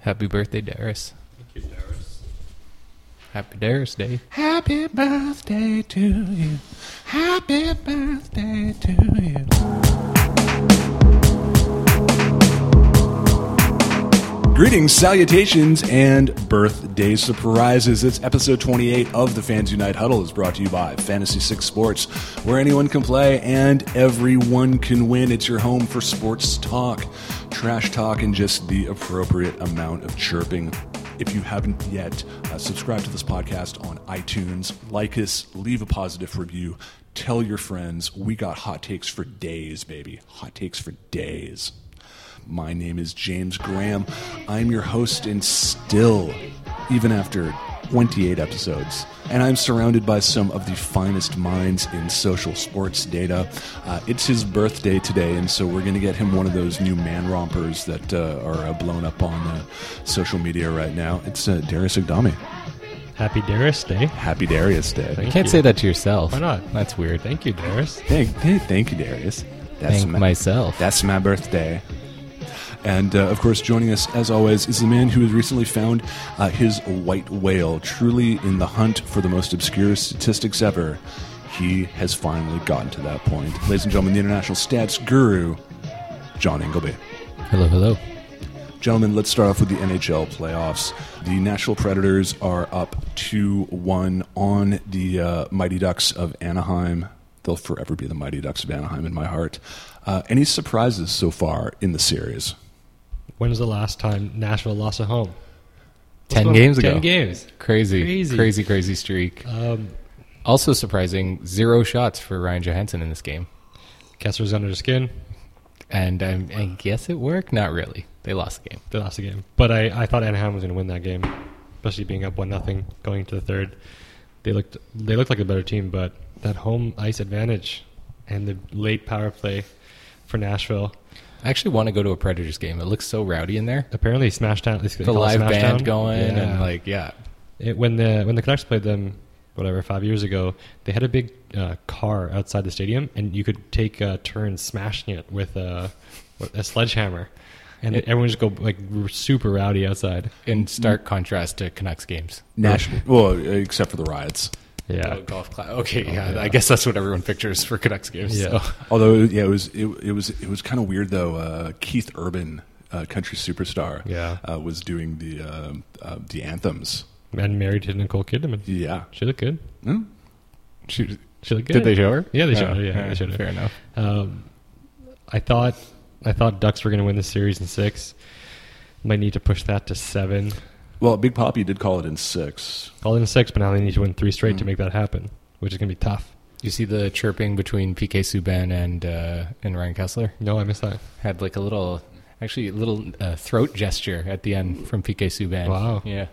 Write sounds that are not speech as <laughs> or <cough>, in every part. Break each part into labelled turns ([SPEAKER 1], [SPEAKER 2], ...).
[SPEAKER 1] Happy birthday, Darius.
[SPEAKER 2] Thank you, Darius.
[SPEAKER 1] Happy Darius Day.
[SPEAKER 3] Happy birthday to you. Happy birthday to you.
[SPEAKER 4] Greetings, salutations, and birthday surprises. It's episode 28 of the Fans Unite Huddle is brought to you by Fantasy 6 Sports, where anyone can play and everyone can win. It's your home for sports talk, trash talk, and just the appropriate amount of chirping. If you haven't yet, uh, subscribe to this podcast on iTunes, like us, leave a positive review, tell your friends. We got hot takes for days, baby. Hot takes for days. My name is James Graham. I'm your host, and still, even after 28 episodes, and I'm surrounded by some of the finest minds in social sports data. Uh, it's his birthday today, and so we're going to get him one of those new man rompers that uh, are uh, blown up on uh, social media right now. It's uh, Darius Ogdami.
[SPEAKER 2] Happy Darius Day.
[SPEAKER 4] Happy Darius Day.
[SPEAKER 1] You can't
[SPEAKER 2] you.
[SPEAKER 1] say that to yourself.
[SPEAKER 2] Why not?
[SPEAKER 1] That's weird.
[SPEAKER 2] Thank you, Darius.
[SPEAKER 4] Thank, hey, thank you, Darius. That's
[SPEAKER 1] Thank
[SPEAKER 4] my-
[SPEAKER 1] myself.
[SPEAKER 4] That's my birthday. And uh, of course, joining us as always is the man who has recently found uh, his white whale, truly in the hunt for the most obscure statistics ever. He has finally gotten to that point. Ladies and gentlemen, the international stats guru, John Ingleby.
[SPEAKER 1] Hello, hello.
[SPEAKER 4] Gentlemen, let's start off with the NHL playoffs. The Nashville Predators are up 2 1 on the uh, Mighty Ducks of Anaheim. They'll forever be the Mighty Ducks of Anaheim in my heart. Uh, any surprises so far in the series?
[SPEAKER 2] When was the last time Nashville lost at home? What's
[SPEAKER 1] 10
[SPEAKER 2] going-
[SPEAKER 1] games ago.
[SPEAKER 2] Ten games.
[SPEAKER 1] Crazy,
[SPEAKER 2] Crazy.
[SPEAKER 1] crazy, crazy, streak.
[SPEAKER 2] Um,
[SPEAKER 1] Also surprising, zero shots for Ryan Johansson in this game.
[SPEAKER 2] Kessler's under the skin.
[SPEAKER 1] And um, I guess it worked. Not really. They lost the game.
[SPEAKER 2] They lost the game, but I, I thought Anaheim was going to win that game, especially being up one nothing going into the third. They looked they looked like a better team, but that home ice advantage and the late power play for Nashville
[SPEAKER 1] I actually want to go to a Predators game. It looks so rowdy in there.
[SPEAKER 2] apparently smashed down.
[SPEAKER 1] The live band going and like yeah.
[SPEAKER 2] It, when the when the Canucks played them, whatever five years ago, they had a big uh, car outside the stadium, and you could take uh, turns smashing it with a, with a sledgehammer, and everyone just go like r- super rowdy outside.
[SPEAKER 1] In stark contrast to Canucks games.
[SPEAKER 4] Nashville. Well, except for the riots.
[SPEAKER 1] Oh, golf club. Okay, yeah, I guess that's what everyone pictures for Canucks games.
[SPEAKER 2] <laughs> Yeah.
[SPEAKER 1] so.
[SPEAKER 4] Although, yeah, it was it, it was it was kind of weird though. Uh, Keith Urban, uh, country superstar,
[SPEAKER 2] Yeah.
[SPEAKER 4] uh, was doing the um uh, the anthems.
[SPEAKER 2] and married to Nicole Kidman.
[SPEAKER 4] Yeah,
[SPEAKER 2] She looked good.
[SPEAKER 4] Hmm?
[SPEAKER 1] She,
[SPEAKER 2] She looked good.
[SPEAKER 1] did they show her?
[SPEAKER 2] Yeah, they showed
[SPEAKER 1] Oh,
[SPEAKER 2] her. Yeah,
[SPEAKER 1] all
[SPEAKER 2] they showed her.
[SPEAKER 1] Fair enough.
[SPEAKER 2] Um, I thought I thought Ducks were going to win the series in six. Might need to push that to seven.
[SPEAKER 4] Well, Big Poppy did call it in six.
[SPEAKER 2] All in six, but now they need to win three straight to make that happen, which is going to be tough.
[SPEAKER 1] You see the chirping between PK Subban and uh, and Ryan Kessler
[SPEAKER 2] No, I missed that.
[SPEAKER 1] had like a little, actually a little uh, throat gesture at the end from PK Subban.
[SPEAKER 2] Wow.
[SPEAKER 1] Yeah.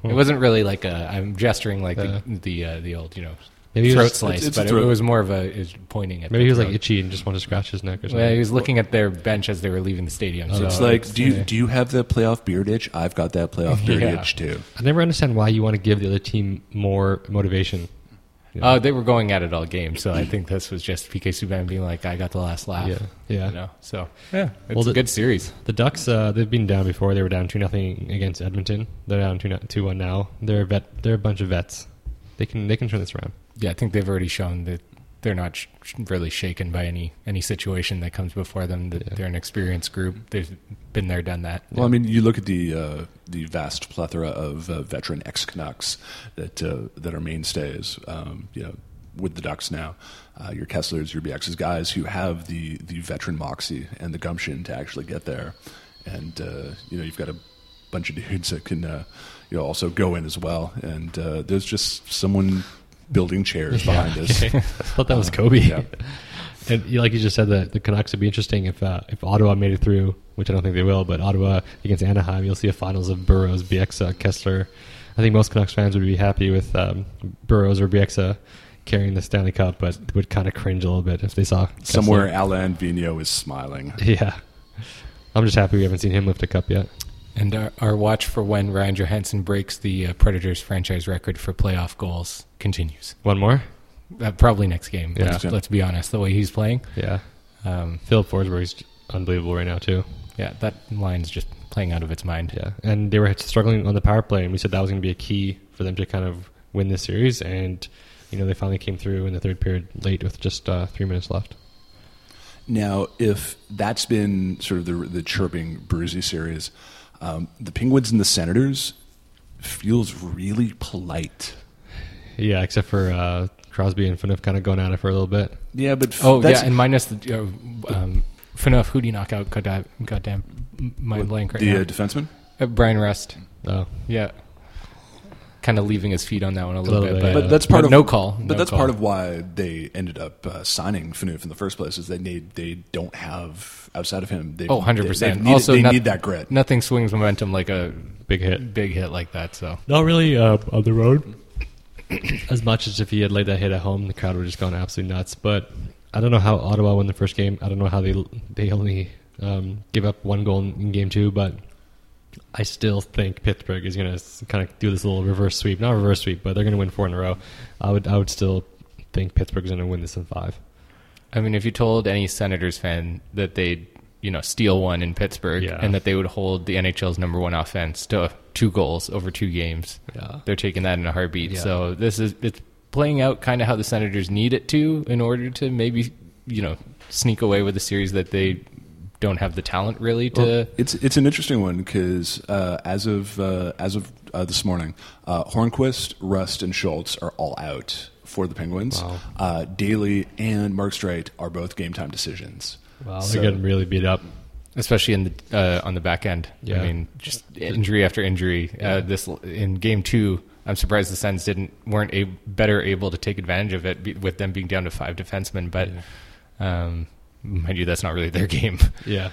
[SPEAKER 2] Hmm.
[SPEAKER 1] It wasn't really like a I'm gesturing like
[SPEAKER 2] Yeah.
[SPEAKER 1] the the, uh, the old you know
[SPEAKER 2] Maybe he
[SPEAKER 1] throat
[SPEAKER 2] was just-
[SPEAKER 1] slice,
[SPEAKER 4] it's- it's a
[SPEAKER 1] but
[SPEAKER 4] throat-
[SPEAKER 1] it was more of a it was pointing at.
[SPEAKER 2] Maybe
[SPEAKER 1] the
[SPEAKER 2] he was like
[SPEAKER 1] throat.
[SPEAKER 2] itchy and just wanted to scratch his neck or something.
[SPEAKER 1] Well, he was looking at their bench as they were leaving the stadium. so
[SPEAKER 4] It's like, do you do you have that playoff beard itch? I've got that playoff
[SPEAKER 1] <laughs>
[SPEAKER 4] beard
[SPEAKER 1] Yeah.
[SPEAKER 4] itch too.
[SPEAKER 2] I never understand why you want to give the other team more motivation.
[SPEAKER 1] Uh, they were going at it all game, so I think this was just PK Subban being like, "I got the last laugh."
[SPEAKER 2] Yeah, yeah.
[SPEAKER 1] You Ah. know? So yeah, it's
[SPEAKER 2] Well, the-
[SPEAKER 1] a good series.
[SPEAKER 2] The Ducks, uh, they've been down before. They were down two nothing against Edmonton. They're down two two one now. They're a vet. They're a bunch of vets. They can they can turn this around.
[SPEAKER 1] Yeah, I think they've already shown that they're not sh- sh- really shaken by any any situation that comes before them. That they're an experienced group. They've been there, done that.
[SPEAKER 4] Well, I mean, you look at the uh, the vast plethora of uh, veteran ex Canucks that uh, that are mainstays. Um, you know, with the Ducks now, uh, your Kesslers, your BXs, guys who have the the veteran moxie and the gumption to actually get there, and uh, you know, you've got a bunch of dudes that can uh, you know also go in as well. And uh, there's just someone
[SPEAKER 1] <laughs>
[SPEAKER 4] building chairs behind us.
[SPEAKER 2] I thought that was Kobe.
[SPEAKER 4] Uh, yeah.
[SPEAKER 2] <laughs> and you- like you just said, the, the Canucks would be interesting if uh, if Ottawa made it through, which I don't think they will. But Ottawa against Anaheim, you'll see a finals of Burrows, Bieksa, Kessler. I think most Canucks fans would be happy with um, Burrows or Bieksa carrying the Stanley Cup, but would kind of cringe a little bit if they saw Kessler.
[SPEAKER 4] Somewhere, Alain Vigneault is smiling.
[SPEAKER 2] <laughs> Yeah, I'm just happy we haven't seen him lift a cup yet.
[SPEAKER 1] And our, our watch for when Ryan Johansson breaks the uh, Predators franchise record for playoff goals continues.
[SPEAKER 2] One more.
[SPEAKER 1] Uh, probably next game.
[SPEAKER 2] Yeah.
[SPEAKER 1] Let's, let's be honest. The way he's playing,
[SPEAKER 2] Yeah,
[SPEAKER 1] um,
[SPEAKER 2] Philip Forsberg's unbelievable right now too.
[SPEAKER 1] Yeah, that line's just playing out of its mind.
[SPEAKER 2] Yeah, and they were struggling on the power play, and we said that was going to be a key for them to kind of win this series. And you know, they finally came through in the third period late with just uh, three minutes left.
[SPEAKER 4] Now, if that's been sort of the, the chirping Bruzy series, um, the Penguins and the Senators feels really polite.
[SPEAKER 2] Yeah, except for uh, Crosby and Fanoff kind of going at it for a little bit.
[SPEAKER 4] Yeah, but f-
[SPEAKER 1] Oh
[SPEAKER 4] that's-
[SPEAKER 1] yeah, and minus the uh, um, FNUF Hootie knockout. Goddamn, goddamn, mind blank right
[SPEAKER 4] the
[SPEAKER 1] now.
[SPEAKER 4] uh, defenseman.
[SPEAKER 1] Uh, Brian Rust.
[SPEAKER 2] Oh,
[SPEAKER 1] Yeah, kind of leaving his feet on that one a little,
[SPEAKER 2] little
[SPEAKER 1] bit,
[SPEAKER 2] bit,
[SPEAKER 1] but,
[SPEAKER 2] yeah.
[SPEAKER 4] But that's part of
[SPEAKER 1] no call. no
[SPEAKER 4] But that's
[SPEAKER 1] call.
[SPEAKER 4] part of why they ended up uh, signing Fanuf in the first place is they need they don't have outside of him. They,
[SPEAKER 1] oh, 100
[SPEAKER 4] They,
[SPEAKER 1] percent.
[SPEAKER 4] they, need,
[SPEAKER 1] Also,
[SPEAKER 4] they
[SPEAKER 1] noth-
[SPEAKER 4] need that grit.
[SPEAKER 1] Nothing swings momentum like a
[SPEAKER 2] big hit.
[SPEAKER 1] big hit like that. So
[SPEAKER 2] Not really uh, on the road as much as if he had laid that hit at home, the crowd would have just gone absolutely nuts. But I don't know how Ottawa won the first game. I don't know how they they only um, give up one goal in, in game two, but I still think Pittsburgh is going to kind of do this little reverse sweep. Not reverse sweep, but they're going to win four in a row. I would I would still think Pittsburgh's going to win this in five.
[SPEAKER 1] I mean, if you told any Senators fan that they'd you know steal one in Pittsburgh
[SPEAKER 2] Yeah.
[SPEAKER 1] and that they would hold the NHL's number one offense to two goals over two games,
[SPEAKER 2] Yeah.
[SPEAKER 1] they're taking that in a heartbeat.
[SPEAKER 2] Yeah.
[SPEAKER 1] So this is it's playing out kind of how the Senators need it to in order to maybe you know sneak away with a series that they don't have the talent really to.
[SPEAKER 4] It's it's an interesting one because uh, as of uh, as of uh, this morning, uh, Hornquist, Rust, and Schultz are all out for the Penguins.
[SPEAKER 2] Wow.
[SPEAKER 4] Uh, Daly and Mark Strait are both game time decisions.
[SPEAKER 2] Wow,
[SPEAKER 4] So-
[SPEAKER 2] they're getting really beat up.
[SPEAKER 1] especially in the uh, on the back end.
[SPEAKER 2] Yeah.
[SPEAKER 1] I mean, just injury after injury. Uh, this in game two, I'm surprised the Sens didn't weren't a, better able to take advantage of it be, with them being down to five defensemen. But um, mind you, that's not really their <laughs> game.
[SPEAKER 2] Yeah.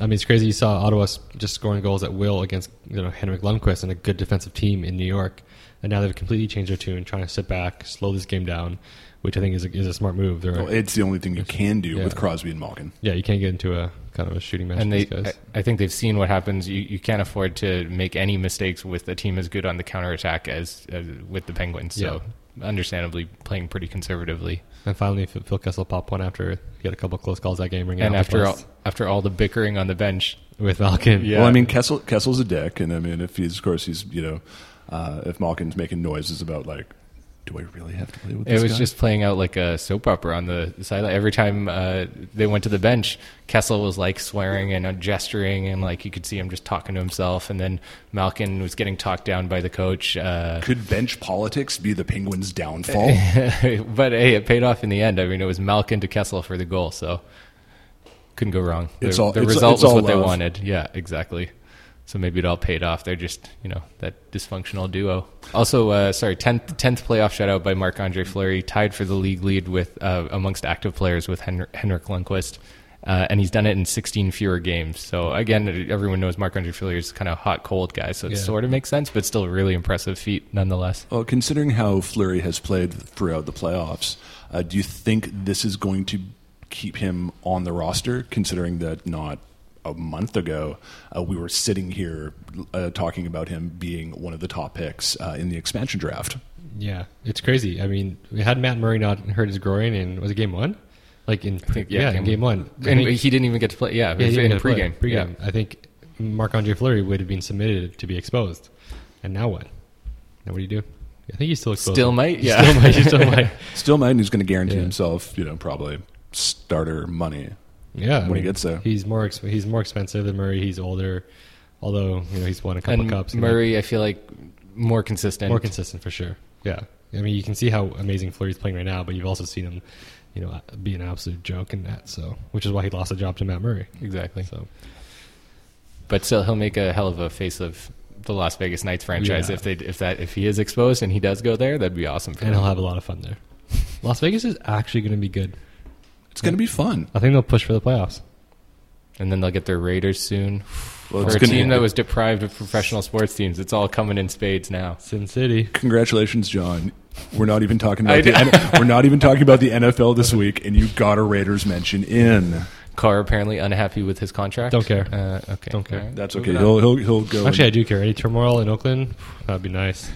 [SPEAKER 2] I mean, it's crazy. You saw Ottawa s- just scoring goals at will against you know Henrik Lundqvist and a good defensive team in New York, and now they've completely changed their tune, trying to sit back, slow this game down, which I think is a, is a smart move. They're,
[SPEAKER 4] Well, it's the only thing you can do
[SPEAKER 2] Yeah.
[SPEAKER 4] with Crosby and Malkin.
[SPEAKER 2] yeah, you can't get into a kind of a shooting match.
[SPEAKER 1] and
[SPEAKER 2] with
[SPEAKER 1] they,
[SPEAKER 2] these guys.
[SPEAKER 1] I, I think they've seen what happens. You, you can't afford to make any mistakes with a team as good on the counterattack as, as with the Penguins. So. Understandably, playing pretty conservatively,
[SPEAKER 2] and finally, Phil Phil Kessel popped one after he got a couple of close calls that game. ringing
[SPEAKER 1] and
[SPEAKER 2] out the
[SPEAKER 1] after all,
[SPEAKER 2] post
[SPEAKER 1] after all the bickering on the bench,
[SPEAKER 2] with Malkin,
[SPEAKER 1] Yeah.
[SPEAKER 4] Well, I mean, Kessel Kessel's a dick, and I mean, if he's of course he's you know, uh, if Malkin's making noises about like, do I really have to play with? This
[SPEAKER 1] It was
[SPEAKER 4] guy?
[SPEAKER 1] just playing out like a soap opera on the sideline. Every time uh, they went to the bench, Kessel was like swearing and uh, gesturing, and like you could see him just talking to himself. And then Malkin was getting talked down by the coach. Uh,
[SPEAKER 4] could bench politics be the
[SPEAKER 1] <laughs>
[SPEAKER 4] Penguins' downfall?
[SPEAKER 1] but hey, it paid off in the end. I mean, it was Malkin to Kessel for the goal, so couldn't go wrong. The,
[SPEAKER 4] It's all-
[SPEAKER 1] the
[SPEAKER 4] it's-
[SPEAKER 1] result
[SPEAKER 4] it's
[SPEAKER 1] was
[SPEAKER 4] all
[SPEAKER 1] what they
[SPEAKER 4] love.
[SPEAKER 1] wanted. Yeah, exactly. So maybe it all paid off. They're just you know that dysfunctional duo. Also, uh, sorry, tenth tenth playoff shutout by Marc Andre Fleury, tied for the league lead with uh, amongst active players with Henrik, Henrik Lundqvist. Uh, and he's done it in 16 fewer games. So again, everyone knows Marc Andre Fleury is kind of hot cold guy, so it
[SPEAKER 2] Yeah.
[SPEAKER 1] sort of makes sense, but still a really impressive feat nonetheless.
[SPEAKER 4] Well, considering how Fleury has played throughout the playoffs, uh, do you think this is going to keep him on the roster? Considering that not a month ago uh, we were sitting here uh, talking about him being one of the top picks uh, in the expansion draft.
[SPEAKER 2] Yeah, it's crazy. I mean, had Matt Murray not hurt his groin in was it game one, like in yeah, in game one, I
[SPEAKER 1] And
[SPEAKER 2] think-
[SPEAKER 1] he didn't even get to play. Yeah, it
[SPEAKER 2] Yeah,
[SPEAKER 1] was
[SPEAKER 2] he
[SPEAKER 1] in
[SPEAKER 2] didn't get
[SPEAKER 1] pregame.
[SPEAKER 2] to play. Pregame. I think Marc Andre Fleury would have been submitted to be exposed. And now what? Now what do you do? I think he's still
[SPEAKER 1] Yeah.
[SPEAKER 2] exposed.
[SPEAKER 1] Still might.
[SPEAKER 2] He
[SPEAKER 1] Yeah.
[SPEAKER 2] Still might. he
[SPEAKER 1] <laughs>
[SPEAKER 2] still might.
[SPEAKER 4] Still, man, who's going to guarantee
[SPEAKER 2] Yeah.
[SPEAKER 4] himself, you know, probably starter money.
[SPEAKER 2] Yeah. I
[SPEAKER 4] When he gets there.
[SPEAKER 2] He's more, ex- he's more expensive than Murray. He's older, although you know he's won a couple
[SPEAKER 1] and
[SPEAKER 2] cups. you know.
[SPEAKER 1] Murray, I feel like more consistent.
[SPEAKER 2] More consistent for sure. Yeah. I mean, you can see how amazing Fleury's playing right now, but you've also seen him, you know, be an absolute joke in that. So, which is why he lost the job to Matt Murray.
[SPEAKER 1] exactly.
[SPEAKER 2] So,
[SPEAKER 1] But still, he'll make a hell of a face of the Las Vegas Knights franchise
[SPEAKER 2] Yeah.
[SPEAKER 1] if they if that if he is exposed and he does go there, that'd be awesome for
[SPEAKER 2] and
[SPEAKER 1] him.
[SPEAKER 2] he'll have a lot of fun there. <laughs> Las Vegas is actually going to be good.
[SPEAKER 4] It's going to be fun.
[SPEAKER 2] I think they'll push for the playoffs.
[SPEAKER 1] And then they'll get their Raiders soon.
[SPEAKER 4] Well,
[SPEAKER 1] for a
[SPEAKER 4] gonna-
[SPEAKER 1] team that was deprived of professional sports teams, it's all coming in spades now.
[SPEAKER 2] Sin City.
[SPEAKER 4] Congratulations, John. We're not even talking
[SPEAKER 1] I
[SPEAKER 4] about the N- we're not even talking about the NFL this week, and you got a Raiders mention in.
[SPEAKER 1] Carr apparently unhappy with his contract.
[SPEAKER 2] Don't care.
[SPEAKER 1] Uh, okay,
[SPEAKER 2] Don't care.
[SPEAKER 1] All right.
[SPEAKER 4] That's okay. He'll, he'll he'll go.
[SPEAKER 2] Actually, I do care. Any turmoil in Oakland? That'd be nice.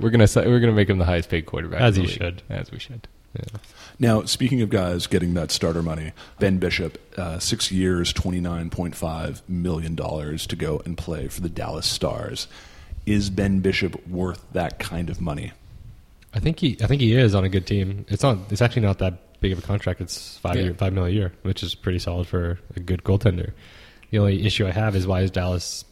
[SPEAKER 1] We're gonna si- we're gonna make him the highest paid quarterback
[SPEAKER 2] As
[SPEAKER 1] in
[SPEAKER 2] you
[SPEAKER 1] the league.
[SPEAKER 2] should.
[SPEAKER 1] as we should.
[SPEAKER 4] Now, speaking of guys getting that starter money, Ben Bishop, uh, six years, $29.5 million to go and play for the Dallas Stars. Is Ben Bishop worth that kind of money?
[SPEAKER 2] I think he I think he is on a good team. It's not it's actually not that big of a contract. It's five
[SPEAKER 1] Yeah.
[SPEAKER 2] year five mil a year, which is pretty solid for a good goaltender. The only issue I have is why does Dallas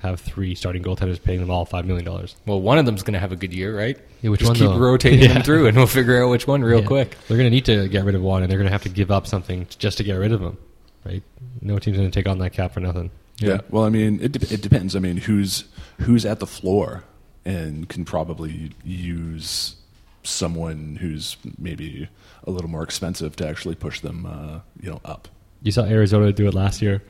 [SPEAKER 2] have three starting goaltenders paying them all five million dollars?
[SPEAKER 1] Well, one of them's going to have a good year, right?
[SPEAKER 2] Yeah, which
[SPEAKER 1] Just
[SPEAKER 2] one,
[SPEAKER 1] keep
[SPEAKER 2] though?
[SPEAKER 1] rotating
[SPEAKER 2] Yeah.
[SPEAKER 1] them through, and we'll figure out which one real quick.
[SPEAKER 2] They're gonna need to get rid of one and they're gonna have to give up something t- just to get rid of them. Right? No team's gonna take on that cap for nothing.
[SPEAKER 4] Yeah. Well, I mean, it, de- it depends. I mean, who's who's at the floor and can probably use someone who's maybe a little more expensive to actually push them, uh, you know, up.
[SPEAKER 2] You saw Arizona do it last year.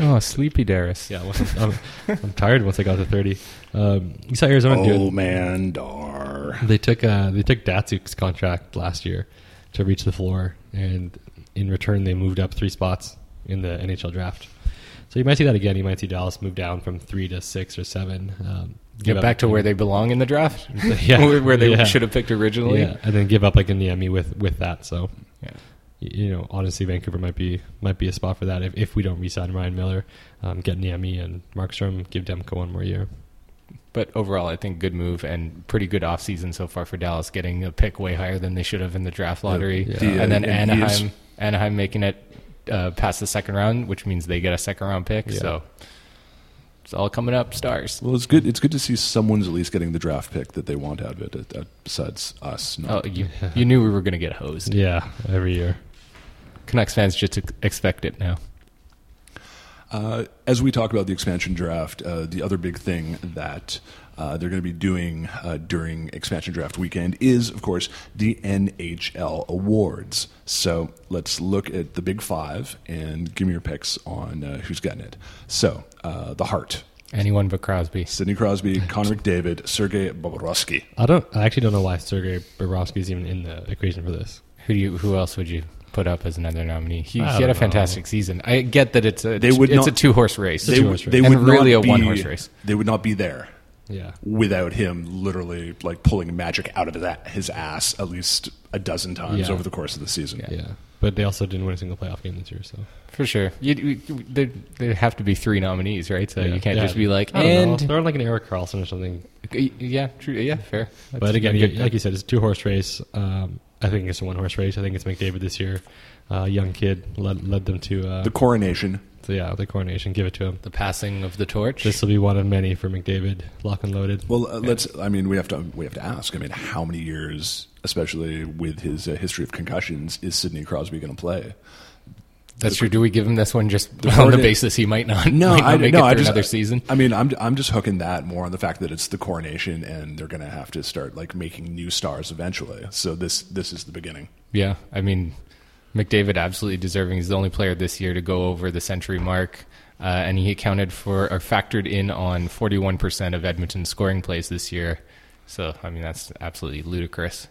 [SPEAKER 1] Oh, sleepy Darius.
[SPEAKER 2] Yeah, once <laughs> I'm, I'm tired once I got to thirty. Um, you saw Arizona do it.
[SPEAKER 4] Oh, man, dar.
[SPEAKER 2] They took uh, they took Datsuk's contract last year to reach the floor, and in return they moved up three spots in the NHL draft. So you might see that again. You might see Dallas move down from three to six or seven. Um,
[SPEAKER 1] Get back to where they belong in the draft, where, <laughs> where they
[SPEAKER 2] <laughs> Yeah.
[SPEAKER 1] should have picked originally.
[SPEAKER 2] yeah, and then give up like a Niemi with with that. So
[SPEAKER 1] Yeah.
[SPEAKER 2] y- you know, honestly, Vancouver might be might be a spot for that if, if we don't resign Ryan Miller, um, get Niemi and Markstrom, give Demko one more year.
[SPEAKER 1] But overall, I think good move and pretty good offseason so far for Dallas, getting a pick way higher than they should have in the draft lottery.
[SPEAKER 2] Yeah.
[SPEAKER 4] The, uh,
[SPEAKER 1] and then
[SPEAKER 4] and he is-
[SPEAKER 1] Anaheim, Anaheim making it uh, past the second round, which means they get a second round pick.
[SPEAKER 2] Yeah.
[SPEAKER 1] So it's all coming up, stars.
[SPEAKER 4] Well, it's good. It's good to see someone's at least getting the draft pick that they want out of it, uh, uh, besides us.
[SPEAKER 1] Oh,
[SPEAKER 4] Not,
[SPEAKER 1] you, you knew we were going to get hosed.
[SPEAKER 2] Yeah, every year.
[SPEAKER 1] Canucks fans just ex- expect it now.
[SPEAKER 4] Uh, as we talk about the expansion draft, uh, the other big thing that uh, they're going to be doing uh, during expansion draft weekend is, of course, the NHL awards. So let's look at the big five and give me your picks on uh, who's getting it. So uh, the Heart,
[SPEAKER 1] Anyone but Crosby.
[SPEAKER 4] Sidney Crosby, Connor McDavid, Sergei Bobrovsky.
[SPEAKER 2] I don't. I actually don't know why Sergei Bobrovsky is even in the equation for this.
[SPEAKER 1] Who do you? Who else would you put up as another nominee? He, he
[SPEAKER 2] I
[SPEAKER 1] had a
[SPEAKER 2] don't know.
[SPEAKER 1] fantastic season. I get that it's a
[SPEAKER 4] They would
[SPEAKER 1] it's
[SPEAKER 4] not-
[SPEAKER 1] a two horse race.
[SPEAKER 4] They,
[SPEAKER 2] two-horse race.
[SPEAKER 4] they
[SPEAKER 1] And
[SPEAKER 4] would
[SPEAKER 1] really
[SPEAKER 4] not
[SPEAKER 1] a
[SPEAKER 4] be-
[SPEAKER 1] one-horse race.
[SPEAKER 4] They would not be there
[SPEAKER 2] Yeah.
[SPEAKER 4] without him literally like pulling magic out of his a- his ass at least a dozen times
[SPEAKER 2] Yeah.
[SPEAKER 4] over the course of the season.
[SPEAKER 2] Yeah. But they also didn't win a single playoff game this year, so
[SPEAKER 1] For sure, you, you, there there have to be three nominees, right? So
[SPEAKER 2] Yeah.
[SPEAKER 1] you can't
[SPEAKER 2] Yeah.
[SPEAKER 1] just be like,
[SPEAKER 2] I don't know.
[SPEAKER 1] and
[SPEAKER 2] they're on like an Eric Carlson or something.
[SPEAKER 1] yeah, true, yeah, fair. That's
[SPEAKER 2] but again,
[SPEAKER 1] a
[SPEAKER 2] you,
[SPEAKER 1] good
[SPEAKER 2] like
[SPEAKER 1] pick.
[SPEAKER 2] you said, it's a two horse race. Um, I think it's a one horse race. I think it's McDavid this year. Uh, young kid led led them to uh,
[SPEAKER 4] The coronation.
[SPEAKER 2] so yeah the coronation. Give it to him.
[SPEAKER 1] the passing of the torch.
[SPEAKER 2] This will be one of many for McDavid. Lock and loaded.
[SPEAKER 4] Well, uh, let's. I mean, we have to. We have to ask. I mean, how many years, especially with his uh, history of concussions, is Sidney Crosby going to play?
[SPEAKER 1] That's true. Do we give him this one just on the
[SPEAKER 4] coronation-
[SPEAKER 1] basis he might not?
[SPEAKER 4] No,
[SPEAKER 1] might not
[SPEAKER 4] I
[SPEAKER 1] make
[SPEAKER 4] no.
[SPEAKER 1] it
[SPEAKER 4] I
[SPEAKER 1] through
[SPEAKER 4] just
[SPEAKER 1] another season.
[SPEAKER 4] I mean, I'm I'm just hooking that more on the fact that it's the coronation, and they're going to have to start like making new stars eventually. So this this is the beginning.
[SPEAKER 1] Yeah, I mean, McDavid absolutely deserving. He's the only player this year to go over the century mark, uh, and he accounted for or factored in on 41% of Edmonton's scoring plays this year. So, I mean, that's absolutely ludicrous.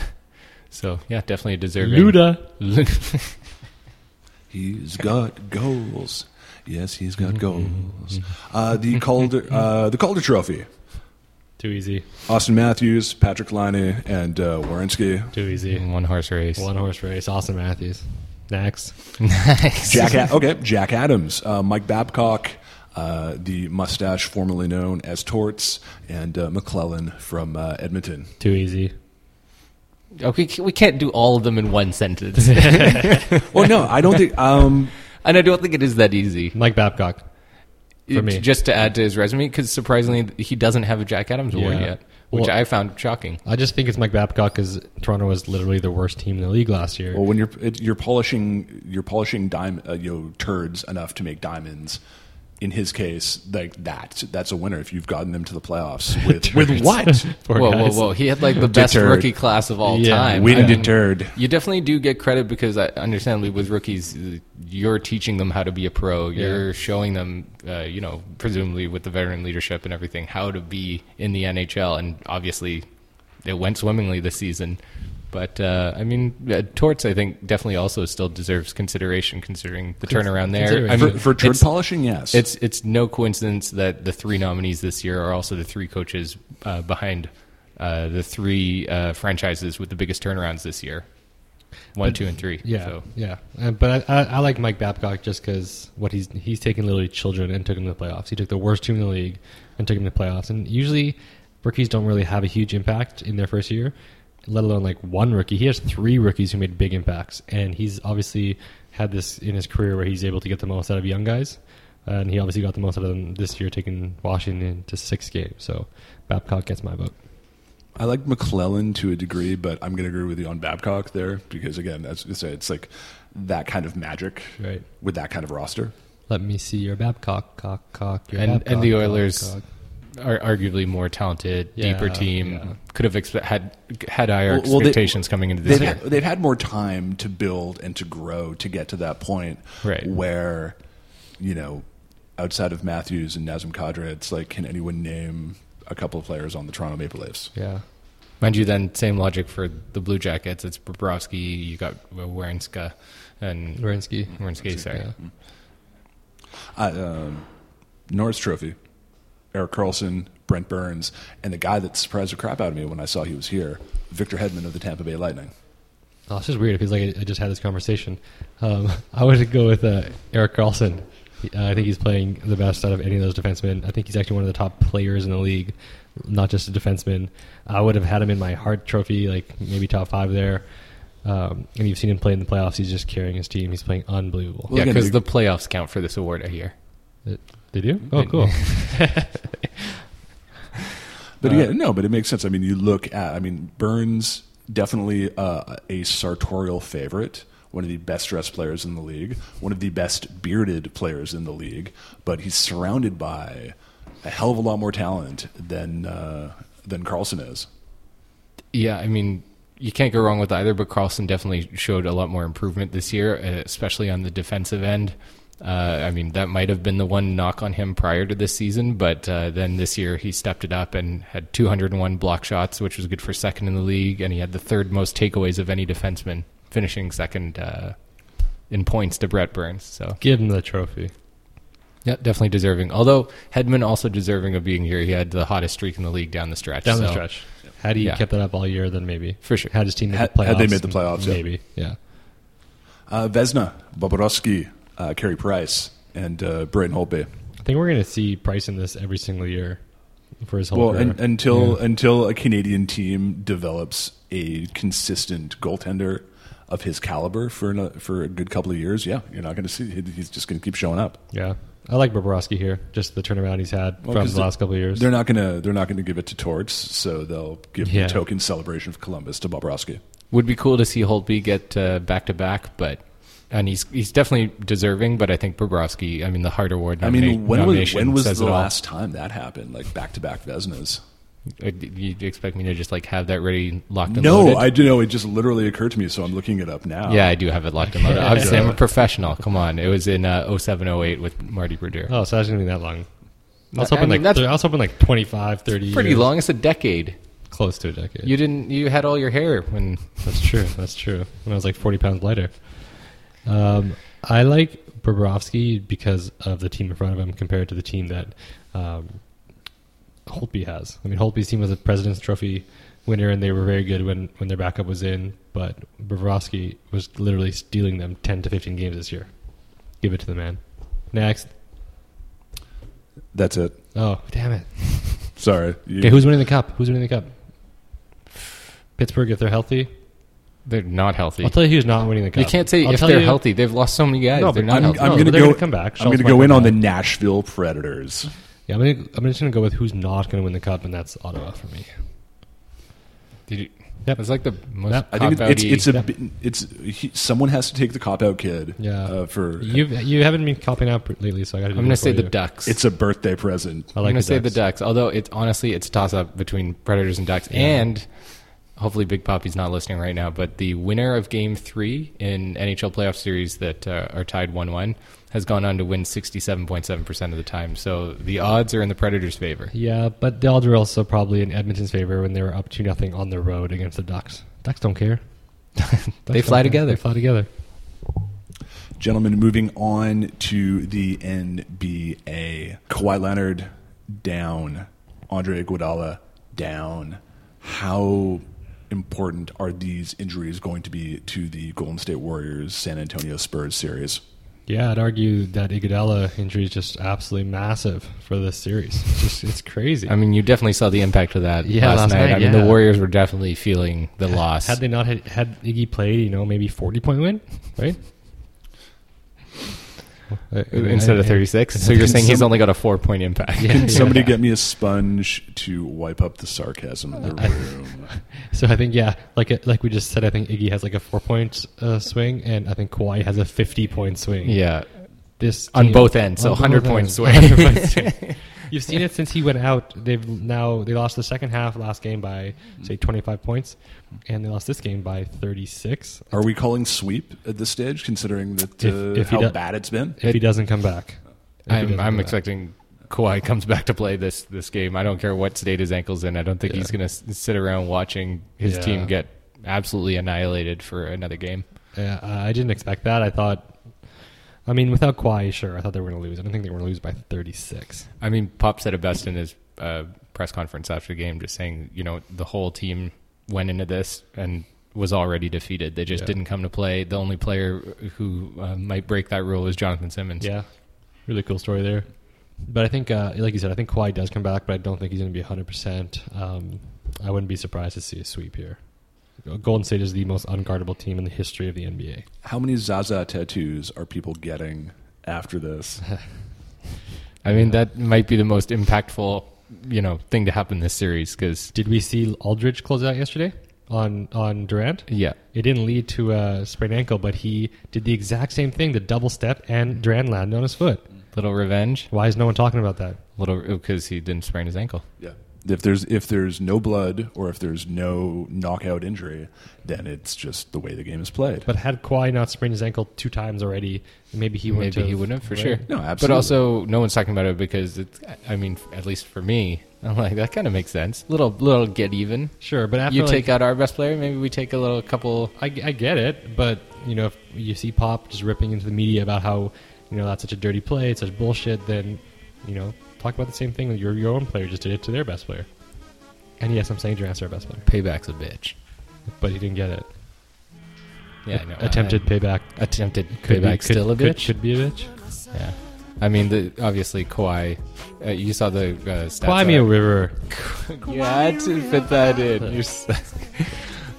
[SPEAKER 1] <laughs> so, yeah, definitely deserving. <laughs>
[SPEAKER 2] Luda.
[SPEAKER 4] He's got goals. Yes, he's got goals. Uh, the Calder uh, the Calder Trophy.
[SPEAKER 2] Too easy.
[SPEAKER 4] Austin Matthews, Patrick Liney, and uh, Wierenski.
[SPEAKER 2] Too easy.
[SPEAKER 1] One horse race.
[SPEAKER 2] One horse race. Austin Matthews. Next.
[SPEAKER 1] Nice.
[SPEAKER 4] Jack, A- okay, Jack Adams, uh, Mike Babcock, uh, the mustache formerly known as Torts, and uh, McClellan from uh, Edmonton.
[SPEAKER 2] Too easy.
[SPEAKER 1] Okay, Oh, we can't do all of them in one <laughs> sentence,
[SPEAKER 4] Well, no, I don't think. Um,
[SPEAKER 1] and I don't think it is that easy.
[SPEAKER 2] Mike Babcock. For me.
[SPEAKER 1] Just to add to his resume, because surprisingly, he doesn't have a Jack Adams award
[SPEAKER 2] Yeah.
[SPEAKER 1] yet, which
[SPEAKER 2] Well-
[SPEAKER 1] I found shocking.
[SPEAKER 2] I just think it's Mike Babcock because Toronto was literally the worst team in the league last year.
[SPEAKER 4] well,
[SPEAKER 2] <laughs>
[SPEAKER 4] when you're it, you're polishing you're polishing diamond uh, you know, turds enough to make diamonds. In his case, like that, that's a winner if you've gotten them to
[SPEAKER 1] <laughs>
[SPEAKER 4] the playoffs with with
[SPEAKER 2] <laughs>
[SPEAKER 4] what?
[SPEAKER 2] Poor
[SPEAKER 1] whoa,
[SPEAKER 2] guys.
[SPEAKER 1] whoa, whoa! He had like the best
[SPEAKER 4] Deterred.
[SPEAKER 1] rookie class of all
[SPEAKER 2] Yeah.
[SPEAKER 1] time.
[SPEAKER 4] Wind
[SPEAKER 1] <laughs> I mean,
[SPEAKER 4] deterred.
[SPEAKER 1] You definitely do get credit because, I, understandably, with rookies, uh, you're teaching them how to be a pro. You're showing them, uh, you know, presumably with the veteran leadership and everything, how to be in the NHL. And obviously, it went swimmingly this season. But uh, I mean, uh, Torts, I think, definitely also still deserves consideration considering the turnaround there. I
[SPEAKER 2] consideration.
[SPEAKER 4] For,
[SPEAKER 1] mean,
[SPEAKER 4] for turd
[SPEAKER 1] it's-
[SPEAKER 4] polishing, yes.
[SPEAKER 1] it's it's no coincidence that the three nominees this year are also the three coaches uh, behind uh, the three uh, franchises with the biggest turnarounds this year. one,
[SPEAKER 2] But-
[SPEAKER 1] two, and three.
[SPEAKER 2] Yeah,
[SPEAKER 1] So
[SPEAKER 2] yeah. Uh, but I, I, I like Mike Babcock just because what he's he's taking literally children and took them to the playoffs. He took the worst team in the league and took them to the playoffs. And usually rookies don't really have a huge impact in their first year, let alone like one rookie. He has three rookies who made big impacts, and he's obviously had this in his career where he's able to get the most out of young guys. And he obviously got the most out of them this year, taking Washington to six games. So Babcock gets my vote.
[SPEAKER 4] I like McClellan to a degree, but I'm going to agree with you on Babcock there because again, that's it's, it's like that kind of magic
[SPEAKER 2] Right.
[SPEAKER 4] with that kind of roster.
[SPEAKER 2] Let me see your Babcock, cock, cock. Your
[SPEAKER 1] And- and
[SPEAKER 2] Babcock,
[SPEAKER 1] the
[SPEAKER 2] cock,
[SPEAKER 1] Oilers-
[SPEAKER 2] cock.
[SPEAKER 1] are arguably more talented,
[SPEAKER 2] Yeah,
[SPEAKER 1] deeper team.
[SPEAKER 2] yeah.
[SPEAKER 1] Could have expe- had had higher
[SPEAKER 4] Well- well, they-
[SPEAKER 1] expectations coming into this
[SPEAKER 4] they've
[SPEAKER 1] year.
[SPEAKER 4] Had, they've had more time to build and to grow to get to that point
[SPEAKER 1] Right.
[SPEAKER 4] where, you know, outside of Matthews and Nazem Kadri, it's like, can anyone name a couple of players on the Toronto Maple Leafs?
[SPEAKER 2] Yeah.
[SPEAKER 1] Mind you, then same logic for the Blue Jackets. It's Bobrovsky. You got uh, Wierenska and
[SPEAKER 2] Wierenski.
[SPEAKER 1] Wierenski. Sorry,
[SPEAKER 2] Yeah.
[SPEAKER 4] I, um, Norris Trophy, Eric Carlson, Brent Burns, and the guy that surprised the crap out of me when I saw he was here, Victor Hedman of the Tampa Bay Lightning.
[SPEAKER 2] Oh, it's just weird. It feels like I I just had this conversation. Um, <laughs> I would go with uh, Eric Carlson. He- Uh, I think he's playing the best out of any of those defensemen. I think he's actually one of the top players in the league, not just a defenseman. I would have had him in my Hart Trophy, like maybe top five there. Um, and you've seen him play in the playoffs. He's just carrying his team. He's playing unbelievable.
[SPEAKER 4] Well,
[SPEAKER 1] yeah,
[SPEAKER 4] again,
[SPEAKER 1] because
[SPEAKER 4] you-
[SPEAKER 1] the playoffs count for this award. I hear.
[SPEAKER 2] Uh, Did you?
[SPEAKER 4] Mm-hmm.
[SPEAKER 1] <laughs>
[SPEAKER 2] Oh, cool. <laughs>
[SPEAKER 4] But yeah, no, but it makes sense. I mean, you look at, I mean, Burns definitely uh, a sartorial favorite, one of the best dressed players in the league, one of the best bearded players in the league, but he's surrounded by a hell of a lot more talent than uh, than Carlson is.
[SPEAKER 1] Yeah, I mean, you can't go wrong with either, but Carlson definitely showed a lot more improvement this year, uh, especially on the defensive end. Uh, I mean, that might have been the one knock on him prior to this season, but uh, then this year he stepped it up and had 201 block shots, which was good for second in the league, and he had the third most takeaways of any defenseman, finishing second uh, in points to Brett Burns. So,
[SPEAKER 2] Give him the trophy.
[SPEAKER 1] yeah, definitely deserving. Although Hedman also deserving of being here. He had the hottest streak in the league down the stretch.
[SPEAKER 2] Down the
[SPEAKER 1] so-
[SPEAKER 2] stretch. Had he
[SPEAKER 1] Yeah.
[SPEAKER 2] kept that up all year, then maybe.
[SPEAKER 1] For sure.
[SPEAKER 2] Had his team made
[SPEAKER 4] Had-
[SPEAKER 2] the playoffs.
[SPEAKER 4] had they made the playoffs, yeah.
[SPEAKER 2] Maybe. Yeah.
[SPEAKER 4] Uh, Vesna, Bobrovsky, uh, Carey Price, and uh, Braden Holtby.
[SPEAKER 2] I think we're going to see Price in this every single year for his whole
[SPEAKER 4] Well,
[SPEAKER 2] career.
[SPEAKER 4] un until until a Canadian team develops a consistent goaltender of his caliber for an, for a good couple of years, yeah, you're not going to see. he- He's just going to keep showing up.
[SPEAKER 2] yeah, I like Bobrovsky here. Just the turnaround he's had
[SPEAKER 4] Well,
[SPEAKER 2] from
[SPEAKER 4] 'cause
[SPEAKER 2] the last couple of years.
[SPEAKER 4] They're not going to they're not going to give it to Torts, so they'll give
[SPEAKER 2] Yeah.
[SPEAKER 4] the token celebration of Columbus to Bobrovsky.
[SPEAKER 1] Would be cool to see Holtby get uh, back to back, but and he's he's definitely deserving. But I think Bobrovsky. I mean, the Hart Award.
[SPEAKER 4] I mean,
[SPEAKER 1] nomina-
[SPEAKER 4] when was
[SPEAKER 1] nomination
[SPEAKER 4] when was
[SPEAKER 1] says
[SPEAKER 4] the
[SPEAKER 1] it all.
[SPEAKER 4] last time that happened? Like back to back Vesnas.
[SPEAKER 1] Uh, d- You expect me to just like have that ready locked and
[SPEAKER 4] No,
[SPEAKER 1] loaded?
[SPEAKER 4] I do know. It just literally occurred to me, so I'm looking it up now.
[SPEAKER 1] Yeah, I do have it locked and
[SPEAKER 4] <laughs>
[SPEAKER 1] loaded. Obviously, I'm a professional. Come on, it was in uh, 07, 08 with Marty Brodeur.
[SPEAKER 2] oh, so that's going to be that long. I was
[SPEAKER 1] I
[SPEAKER 2] hoping
[SPEAKER 1] mean,
[SPEAKER 2] like
[SPEAKER 1] that's-
[SPEAKER 2] I was hoping like 25, 30
[SPEAKER 1] Pretty
[SPEAKER 2] years.
[SPEAKER 1] long. It's a decade.
[SPEAKER 2] close to a decade.
[SPEAKER 1] You didn't. You had all your hair when.
[SPEAKER 2] That's true. That's true. When I was like 40 pounds lighter. Um, I like Bobrovsky because of the team in front of him compared to the team that um, Holtby has. I mean, Holtby's team was a President's Trophy winner, and they were very good when, when their backup was in, but Bobrovsky was literally stealing them 10 to 15 games this year. Give it to the man. Next.
[SPEAKER 4] that's it.
[SPEAKER 2] Oh, damn it.
[SPEAKER 4] Sorry. You-
[SPEAKER 2] Okay, who's winning the cup? Who's winning the cup? Pittsburgh, if they're healthy.
[SPEAKER 1] They're not healthy.
[SPEAKER 2] I'll tell you who's not winning the cup.
[SPEAKER 1] you can't say
[SPEAKER 2] I'll
[SPEAKER 1] if
[SPEAKER 2] tell
[SPEAKER 1] they're
[SPEAKER 2] you-
[SPEAKER 1] healthy. They've lost so many guys.
[SPEAKER 2] No,
[SPEAKER 1] they're
[SPEAKER 2] but
[SPEAKER 1] not
[SPEAKER 4] I'm,
[SPEAKER 1] healthy.
[SPEAKER 4] I'm
[SPEAKER 2] No,
[SPEAKER 4] going to
[SPEAKER 2] they're
[SPEAKER 4] go.
[SPEAKER 2] gonna come back.
[SPEAKER 4] I'm going
[SPEAKER 2] Schultz
[SPEAKER 4] to
[SPEAKER 2] might
[SPEAKER 4] go in
[SPEAKER 2] come
[SPEAKER 4] on the
[SPEAKER 2] back.
[SPEAKER 4] Nashville Predators.
[SPEAKER 2] Yeah, I'm, gonna, I'm just going to go with who's not going to win the cup, and that's Ottawa for me.
[SPEAKER 1] Did you,
[SPEAKER 2] Yep.
[SPEAKER 1] It's like the most.
[SPEAKER 2] Yep.
[SPEAKER 4] I think it's
[SPEAKER 1] cop-outy-
[SPEAKER 4] it's, it's a bit- it's he, someone has to take the cop out kid.
[SPEAKER 2] Yeah.
[SPEAKER 4] uh, for
[SPEAKER 2] You've, you haven't been copping out lately, so I got to.
[SPEAKER 1] I'm going to say the
[SPEAKER 2] duck.
[SPEAKER 1] Ducks.
[SPEAKER 4] it's a birthday present.
[SPEAKER 2] I
[SPEAKER 1] I'm
[SPEAKER 2] like
[SPEAKER 1] gonna
[SPEAKER 2] the
[SPEAKER 1] say the
[SPEAKER 2] Ducks.
[SPEAKER 1] ducks. Although it's honestly it's a toss up between predators and ducks, and hopefully Big Poppy's not listening right now. But the winner of Game Three in NHL playoff series that uh, are tied one one has gone on to win sixty seven point seven percent of the time. So the odds are in the Predators' favor.
[SPEAKER 2] Yeah, but the odds were also probably in Edmonton's favor when they were up two nothing on the road against the Ducks. Ducks don't care. <laughs> Ducks
[SPEAKER 1] They fly together.
[SPEAKER 2] They fly together.
[SPEAKER 4] Gentlemen, moving on to the NBA. Kawhi Leonard down, Andre Iguodala down. How important are these injuries going to be to the Golden State Warriors San Antonio Spurs series?
[SPEAKER 2] Yeah, I'd argue that Iguodala injury is just absolutely massive for this series. It's just it's crazy.
[SPEAKER 1] I mean, you definitely saw the impact of that
[SPEAKER 2] Yeah,
[SPEAKER 1] last,
[SPEAKER 2] last
[SPEAKER 1] night.
[SPEAKER 2] night,
[SPEAKER 1] I mean,
[SPEAKER 2] yeah.
[SPEAKER 1] the Warriors were definitely feeling the loss.
[SPEAKER 2] had they not had, had Iggy played, you know, maybe forty point win, right?
[SPEAKER 1] <laughs> instead of 36. So you're
[SPEAKER 2] <laughs>
[SPEAKER 1] saying he's only got a four point impact.
[SPEAKER 2] Yeah.
[SPEAKER 4] Can somebody get me a sponge to wipe up the sarcasm in the
[SPEAKER 2] <laughs>
[SPEAKER 4] room?
[SPEAKER 2] So I think yeah, like uh, like we just said, I think Iggy has like a four point uh, swing, and I think Kawhi has a fifty point swing.
[SPEAKER 1] Yeah.
[SPEAKER 2] this
[SPEAKER 1] On
[SPEAKER 2] team-
[SPEAKER 1] both ends, so
[SPEAKER 2] on
[SPEAKER 1] 100
[SPEAKER 2] both
[SPEAKER 1] point
[SPEAKER 2] ends. <laughs>
[SPEAKER 1] swing. <laughs>
[SPEAKER 2] 100 point swing. You've seen it since he went out. They've now they lost the second half last game by say twenty five points, and they lost this game by thirty six.
[SPEAKER 4] Are we calling sweep at this stage, considering that uh,
[SPEAKER 2] If- if he
[SPEAKER 4] how
[SPEAKER 2] do-
[SPEAKER 4] bad it's been?
[SPEAKER 2] If he doesn't come back, If he
[SPEAKER 1] I'm,
[SPEAKER 2] doesn't come
[SPEAKER 1] I'm
[SPEAKER 2] back.
[SPEAKER 1] expecting Kawhi comes back to play this, this game. I don't care what state his ankle's in. I don't think he's going to sit around watching his
[SPEAKER 2] Yeah.
[SPEAKER 1] team get absolutely annihilated for another game.
[SPEAKER 2] Yeah, I I didn't expect that. I thought, I mean, without Kawhi, sure, I thought they were going to lose. I don't think they were going to lose by thirty six.
[SPEAKER 1] I mean, Pop said it best in his uh, press conference after the game, just saying, you know, the whole team went into this and was already defeated. They just
[SPEAKER 2] Yeah.
[SPEAKER 1] didn't come to play. The only player who uh, might break that rule is Jonathan Simmons.
[SPEAKER 2] Yeah, really cool story there. But I think, uh, like you said, I think Kawhi does come back, but I don't think he's going to be 100%. Um, I wouldn't be surprised to see a sweep here. Golden State is the most unguardable team in the history of the NBA.
[SPEAKER 4] How many Zaza tattoos are people getting after
[SPEAKER 2] <laughs>
[SPEAKER 4] this?
[SPEAKER 1] I mean, that might be the most impactful, you know, thing to happen this series because,
[SPEAKER 2] Did we see Aldridge close out yesterday on on Durant?
[SPEAKER 1] yeah,
[SPEAKER 2] It didn't lead to a sprained ankle, but he did the exact same thing, the double step, and Durant landed on his foot.
[SPEAKER 1] little revenge,
[SPEAKER 2] Why is no one talking about that?
[SPEAKER 1] little because he didn't sprain his ankle.
[SPEAKER 4] Yeah. If there's if there's no blood or if there's no knockout injury, then it's just the way the game is played.
[SPEAKER 2] But had Kawhi not sprained his ankle two times already, maybe he wouldn't
[SPEAKER 1] Maybe
[SPEAKER 2] have.
[SPEAKER 1] he wouldn't have for
[SPEAKER 2] right?
[SPEAKER 1] sure.
[SPEAKER 4] No,
[SPEAKER 1] But
[SPEAKER 4] absolutely.
[SPEAKER 1] also, no one's talking about it because it's. I mean, at least for me, I'm like that kind of makes sense. Little little get even.
[SPEAKER 2] Sure, but after
[SPEAKER 1] you
[SPEAKER 2] like,
[SPEAKER 1] take out our best player, maybe we take a little couple.
[SPEAKER 2] I, I get it, but you know, if you see Pop just ripping into the media about how you know that's such a dirty play, it's such bullshit, then you know, talk about the same thing that your your own player just did it to their best player. And yes, I'm saying Durant's our best player,
[SPEAKER 1] Payback's a bitch.
[SPEAKER 2] but he didn't get it.
[SPEAKER 1] Yeah, I know.
[SPEAKER 2] attempted
[SPEAKER 1] I-
[SPEAKER 2] payback.
[SPEAKER 1] attempted
[SPEAKER 2] Could be,
[SPEAKER 1] payback.
[SPEAKER 2] could-
[SPEAKER 1] still a
[SPEAKER 2] could-
[SPEAKER 1] bitch.
[SPEAKER 2] Should be a bitch.
[SPEAKER 1] yeah, I mean, the, obviously Kawhi. Uh, you saw the uh, stats.
[SPEAKER 2] Climb me a
[SPEAKER 1] on-
[SPEAKER 2] river.
[SPEAKER 1] Yeah, to fit that in. You're s- <laughs>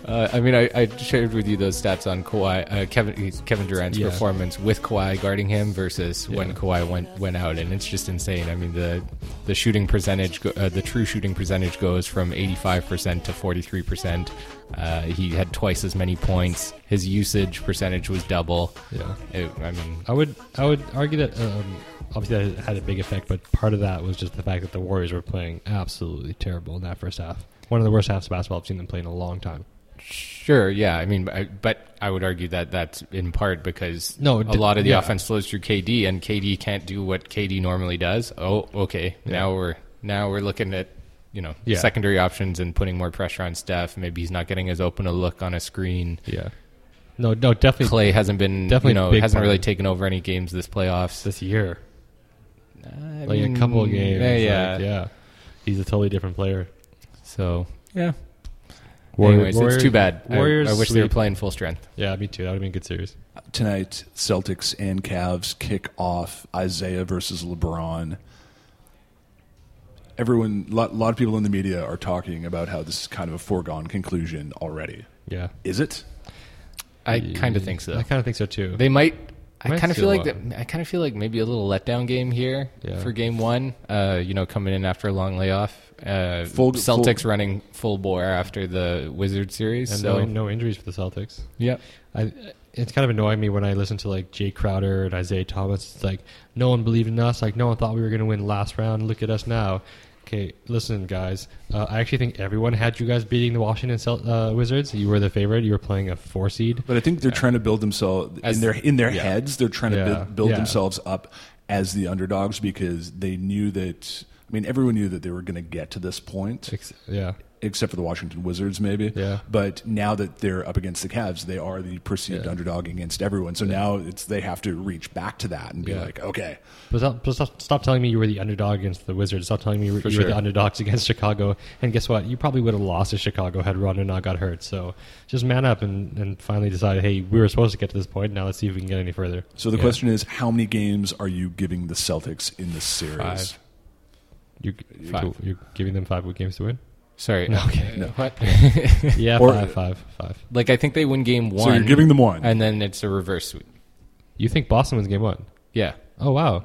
[SPEAKER 1] uh, I mean, I, I shared with you those stats on Kawhi, uh, Kevin Kevin Durant's
[SPEAKER 2] Yeah.
[SPEAKER 1] performance with Kawhi guarding him versus when
[SPEAKER 2] Yeah.
[SPEAKER 1] Kawhi went went out, and it's just insane. I mean, the the shooting percentage, go- uh, the true shooting percentage, goes from 85 percent to 43 percent. Uh, he had twice as many points. His usage percentage was double.
[SPEAKER 2] Yeah.
[SPEAKER 1] It- I mean,
[SPEAKER 2] I would I would argue that um, obviously that had a big effect, but part of that was just the fact that the Warriors were playing absolutely terrible in that first half. One of the worst halves of basketball I've seen them play in a long time.
[SPEAKER 1] Sure, yeah. I mean, I, but I would argue that that's in part because
[SPEAKER 2] No,
[SPEAKER 1] a
[SPEAKER 2] d-
[SPEAKER 1] lot of the
[SPEAKER 2] yeah.
[SPEAKER 1] offense flows through KD, and KD can't do what KD normally does. Oh, okay. Now we're now we're looking at you know
[SPEAKER 2] Yeah.
[SPEAKER 1] secondary options and putting more pressure on Steph. Maybe he's not getting as open a look on a screen.
[SPEAKER 2] Yeah. No, no, definitely
[SPEAKER 1] Clay hasn't been
[SPEAKER 2] Definitely
[SPEAKER 1] you know
[SPEAKER 2] big
[SPEAKER 1] hasn't
[SPEAKER 2] part.
[SPEAKER 1] really taken over any games this playoffs.
[SPEAKER 2] this year.
[SPEAKER 1] I
[SPEAKER 2] Like a couple of
[SPEAKER 1] mean,
[SPEAKER 2] games.
[SPEAKER 1] Yeah,
[SPEAKER 2] like,
[SPEAKER 1] yeah.
[SPEAKER 2] yeah. He's a totally different player.
[SPEAKER 1] So yeah.
[SPEAKER 2] Warrior-
[SPEAKER 1] Anyways, it's too bad. I-
[SPEAKER 2] Warriors
[SPEAKER 1] I, wish they were
[SPEAKER 2] sweep.
[SPEAKER 1] playing full strength.
[SPEAKER 2] Yeah, me too. That would have been a good series.
[SPEAKER 4] Tonight, Celtics and Cavs kick off Isaiah versus LeBron. Everyone, a lot, lot of people in the media are talking about how this is kind of a foregone conclusion already.
[SPEAKER 2] Yeah.
[SPEAKER 4] Is it?
[SPEAKER 1] I kind of think so.
[SPEAKER 2] I kind of think so too.
[SPEAKER 1] They might. I
[SPEAKER 2] Might
[SPEAKER 1] kind of feel
[SPEAKER 2] still
[SPEAKER 1] like
[SPEAKER 2] are.
[SPEAKER 1] that, I kind of feel like maybe a little letdown game here
[SPEAKER 2] Yeah.
[SPEAKER 1] for game one. Uh, you know, coming in after a long layoff. Uh,
[SPEAKER 4] Full-
[SPEAKER 1] Celtics running full bore after the Wizard series.
[SPEAKER 2] and
[SPEAKER 1] so
[SPEAKER 2] no, no injuries for the Celtics.
[SPEAKER 1] yep.
[SPEAKER 2] I, it's kind of annoying me when I listen to like Jay Crowder and Isaiah Thomas. It's like no one believed in us. Like no one thought we were going to win last round. Look at us now. Okay, listen, guys. Uh, I actually think everyone had you guys beating the Washington Cel- uh, Wizards. You were the favorite. You were playing a four seed.
[SPEAKER 4] But I think they're trying to build themselves
[SPEAKER 1] As-
[SPEAKER 4] in their in their
[SPEAKER 1] yeah.
[SPEAKER 4] heads. They're trying to
[SPEAKER 2] Yeah,
[SPEAKER 4] build, build
[SPEAKER 2] yeah.
[SPEAKER 4] themselves up as the underdogs because they knew that I mean, everyone knew that they were going to get to this point,
[SPEAKER 2] Ex- yeah.
[SPEAKER 4] except for the Washington Wizards, maybe.
[SPEAKER 2] Yeah.
[SPEAKER 4] But now that they're up against the Cavs, they are the perceived
[SPEAKER 2] Yeah.
[SPEAKER 4] underdog against everyone. So now it's they have to reach back to that and be
[SPEAKER 2] Yeah.
[SPEAKER 4] like, okay,
[SPEAKER 2] But stop, but stop, stop telling me you were the underdog against the Wizards. Stop telling me you, were-
[SPEAKER 1] For
[SPEAKER 2] you were
[SPEAKER 1] sure.
[SPEAKER 2] the underdogs against Chicago. And guess what? You probably would have lost if Chicago had run and not got hurt. So just man up and, and finally decide, hey, we were supposed to get to this point. Now let's see if we can get any further.
[SPEAKER 4] So the
[SPEAKER 1] Yeah.
[SPEAKER 4] question is, how many games are you giving the Celtics in this series?
[SPEAKER 1] Five.
[SPEAKER 2] You're,
[SPEAKER 1] Five.
[SPEAKER 2] you're giving them five games to
[SPEAKER 4] <laughs>
[SPEAKER 2] win?
[SPEAKER 1] Sorry.
[SPEAKER 2] No, okay.
[SPEAKER 1] uh, <laughs> What?
[SPEAKER 2] Yeah,
[SPEAKER 4] Or-
[SPEAKER 2] five, five, five.
[SPEAKER 1] like I think they win game one.
[SPEAKER 4] So you're giving them one.
[SPEAKER 1] and then it's a reverse sweep.
[SPEAKER 2] You think Boston wins game one?
[SPEAKER 1] Yeah.
[SPEAKER 2] Oh, wow.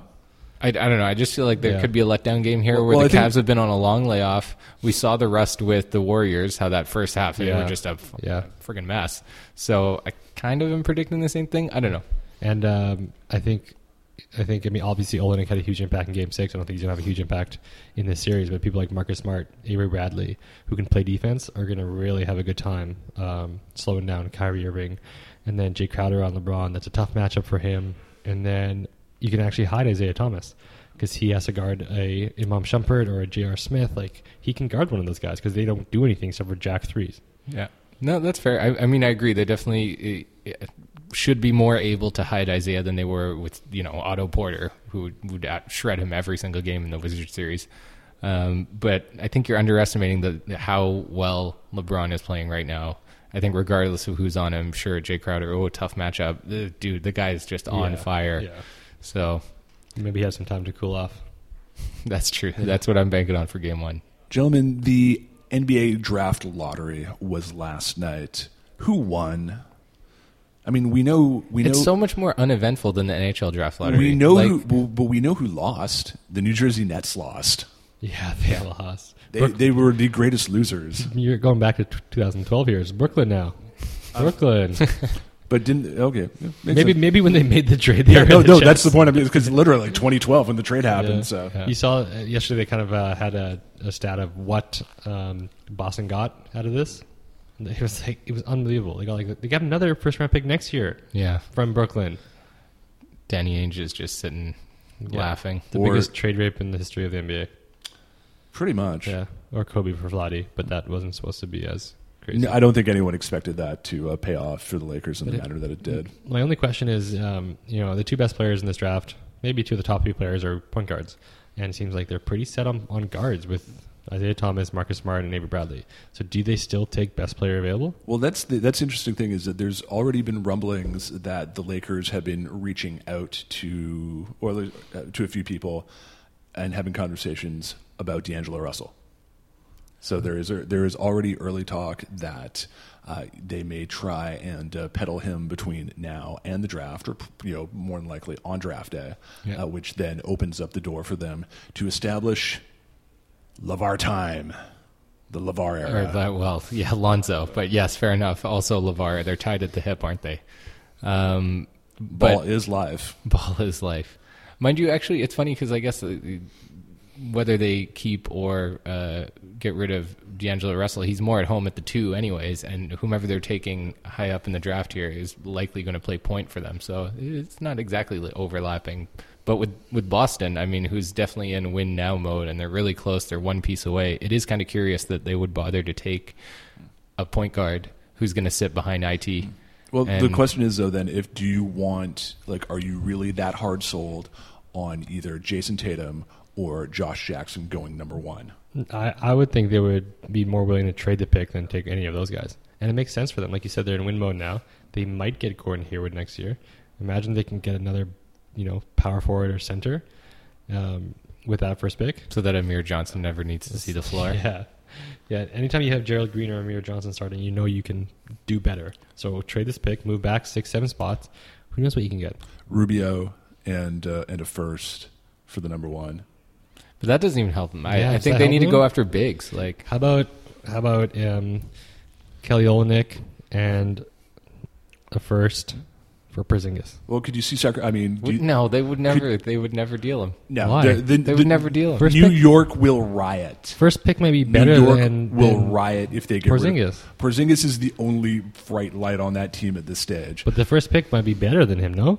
[SPEAKER 1] I, I don't know. I just feel like there
[SPEAKER 2] Yeah.
[SPEAKER 1] could be a letdown game here
[SPEAKER 4] Well-
[SPEAKER 1] where
[SPEAKER 4] well, I
[SPEAKER 1] the
[SPEAKER 4] think-
[SPEAKER 1] Cavs have been on a long layoff. We saw the rust with the Warriors, how that first half they
[SPEAKER 2] Yeah.
[SPEAKER 1] were just a f-
[SPEAKER 2] Yeah.
[SPEAKER 1] friggin' mess. So I kind of am predicting the same thing. I don't know.
[SPEAKER 2] And um, I think, I think, I mean, obviously Olenek had a huge impact in Game Six. I don't think he's gonna have a huge impact in this series. But people like Marcus Smart, Avery Bradley, who can play defense, are gonna really have a good time um, slowing down Kyrie Irving, and then Jay Crowder on LeBron. That's a tough matchup for him. And then you can actually hide Isaiah Thomas because he has to guard a Imam Shumpert or a J.R. Smith. Like he can guard one of those guys because they don't do anything except for jack threes.
[SPEAKER 1] Yeah. No, that's fair. I, I mean, I agree. They definitely eh, eh, should be more able to hide Isaiah than they were with, you know, Otto Porter, who would- would out- shred him every single game in the Wizard series. Um, but I think you're underestimating the how well LeBron is playing right now. I think regardless of who's on him, sure, Jay Crowder, oh, tough matchup. Eh, Dude, the guy is just on
[SPEAKER 2] Yeah.
[SPEAKER 1] fire. So <laughs>
[SPEAKER 2] Maybe he has some time to cool off. <laughs>
[SPEAKER 1] that's true. That's what I'm banking on for game one.
[SPEAKER 4] Gentlemen, the NBA draft lottery was last night. Who won? I mean, we know we
[SPEAKER 1] It's
[SPEAKER 4] know
[SPEAKER 1] so much more uneventful than the NHL draft lottery.
[SPEAKER 4] we know
[SPEAKER 1] Like,
[SPEAKER 4] who, well, but we know who lost. The New Jersey Nets lost.
[SPEAKER 2] Yeah, they lost.
[SPEAKER 4] They, they were the greatest losers.
[SPEAKER 2] You're going back to t- 2012 years. Brooklyn now.
[SPEAKER 4] Uh, <laughs>
[SPEAKER 2] Brooklyn.
[SPEAKER 4] But didn't okay? yeah, makes
[SPEAKER 2] maybe <laughs>
[SPEAKER 4] sense.
[SPEAKER 2] maybe when they made the trade, they were
[SPEAKER 4] no,
[SPEAKER 2] in
[SPEAKER 4] no. That's the
[SPEAKER 2] Jets.
[SPEAKER 4] point. I'm because literally like 2012 when the trade happened.
[SPEAKER 2] Yeah.
[SPEAKER 4] So
[SPEAKER 1] Yeah.
[SPEAKER 2] You saw uh, yesterday they kind of uh, had a, a stat of what um, Boston got out of this. And It was like it was unbelievable. They got like they got another first round pick next year
[SPEAKER 1] yeah.
[SPEAKER 2] from Brooklyn.
[SPEAKER 1] Danny Ainge is just sitting
[SPEAKER 2] Yeah.
[SPEAKER 1] laughing.
[SPEAKER 2] The
[SPEAKER 4] Or-
[SPEAKER 2] biggest trade rape in the history of the NBA.
[SPEAKER 4] pretty much.
[SPEAKER 2] Yeah, or Kobe for Vladi, but that wasn't supposed to be as crazy.
[SPEAKER 4] No, I don't think anyone expected that to uh, pay off for the Lakers in the
[SPEAKER 2] But it-
[SPEAKER 4] manner that it did.
[SPEAKER 2] My only question is, um, you know, the two best players in this draft, maybe two of the top three players are point guards, and it seems like they're pretty set on, on guards with Isaiah Thomas, Marcus Smart, and Avery Bradley. So, do they still take best player available?
[SPEAKER 4] Well, that's the that's the interesting thing is that there's already been rumblings that the Lakers have been reaching out to or uh, to a few people and having conversations about D'Angelo Russell. So there is there is already early talk that uh, they may try and uh, peddle him between now and the draft, or you know more than likely on draft day,
[SPEAKER 1] Yeah.
[SPEAKER 4] uh, which then opens up the door for them to establish Lavar time, the Lavar era.
[SPEAKER 1] Or that, well, yeah, Lonzo. But yes, fair enough. Also, Lavar. They're tied at the hip, aren't they? Um,
[SPEAKER 4] Ball
[SPEAKER 1] but
[SPEAKER 4] is live.
[SPEAKER 1] <laughs> ball is life, mind you. Actually, it's funny because I guess uh, whether they keep or uh, get rid of D'Angelo Russell, he's more at home at the two, anyways. And whomever they're taking high up in the draft here is likely going to play point for them. So it's not exactly li- overlapping. But with with Boston, I mean, who's definitely in win now mode, and they're really close. They're one piece away. It is kind of curious that they would bother to take a point guard who's going to sit behind it.
[SPEAKER 4] Well, the
[SPEAKER 1] And-
[SPEAKER 4] question is though, then, if do you want like, are you really that hard sold on either Jason Tatum or Josh Jackson going number one?
[SPEAKER 2] I, I would think they would be more willing to trade the pick than take any of those guys. And it makes sense for them. Like you said, they're in win mode now. They might get Gordon Hayward next year. Imagine they can get another, you know, power forward or center um, with that first pick.
[SPEAKER 1] So that Amir Johnson never needs to see the floor.
[SPEAKER 2] <laughs> Yeah. Yeah. Anytime you have Gerald Green or Amir Johnson starting, you know you can do better. So trade this pick, move back six, seven spots. Who knows what you can get?
[SPEAKER 4] Rubio and uh, and a first for the number one.
[SPEAKER 1] But that doesn't even help them. I,
[SPEAKER 2] Yeah,
[SPEAKER 1] I
[SPEAKER 2] does
[SPEAKER 1] think
[SPEAKER 2] that
[SPEAKER 1] they
[SPEAKER 2] help
[SPEAKER 1] need to
[SPEAKER 2] them?
[SPEAKER 1] go after bigs. Like
[SPEAKER 2] How about how about um, Kelly Olenek and a first for Porzingis?
[SPEAKER 4] Well, could you see? Sacra- I mean, do
[SPEAKER 1] Would-
[SPEAKER 4] you,
[SPEAKER 1] no, they would never. they would never deal him.
[SPEAKER 4] no,
[SPEAKER 2] why?
[SPEAKER 4] the- the-
[SPEAKER 1] They
[SPEAKER 4] the-
[SPEAKER 1] would never deal him.
[SPEAKER 2] First
[SPEAKER 4] New
[SPEAKER 2] pick?
[SPEAKER 4] York will riot.
[SPEAKER 2] First pick might be
[SPEAKER 4] New
[SPEAKER 2] better
[SPEAKER 4] York
[SPEAKER 2] than
[SPEAKER 4] will
[SPEAKER 2] than-
[SPEAKER 4] riot if they get Rid
[SPEAKER 2] Porzingis.
[SPEAKER 4] of, Porzingis is the only bright light on that team at this stage.
[SPEAKER 2] But the first pick might be better than him. No.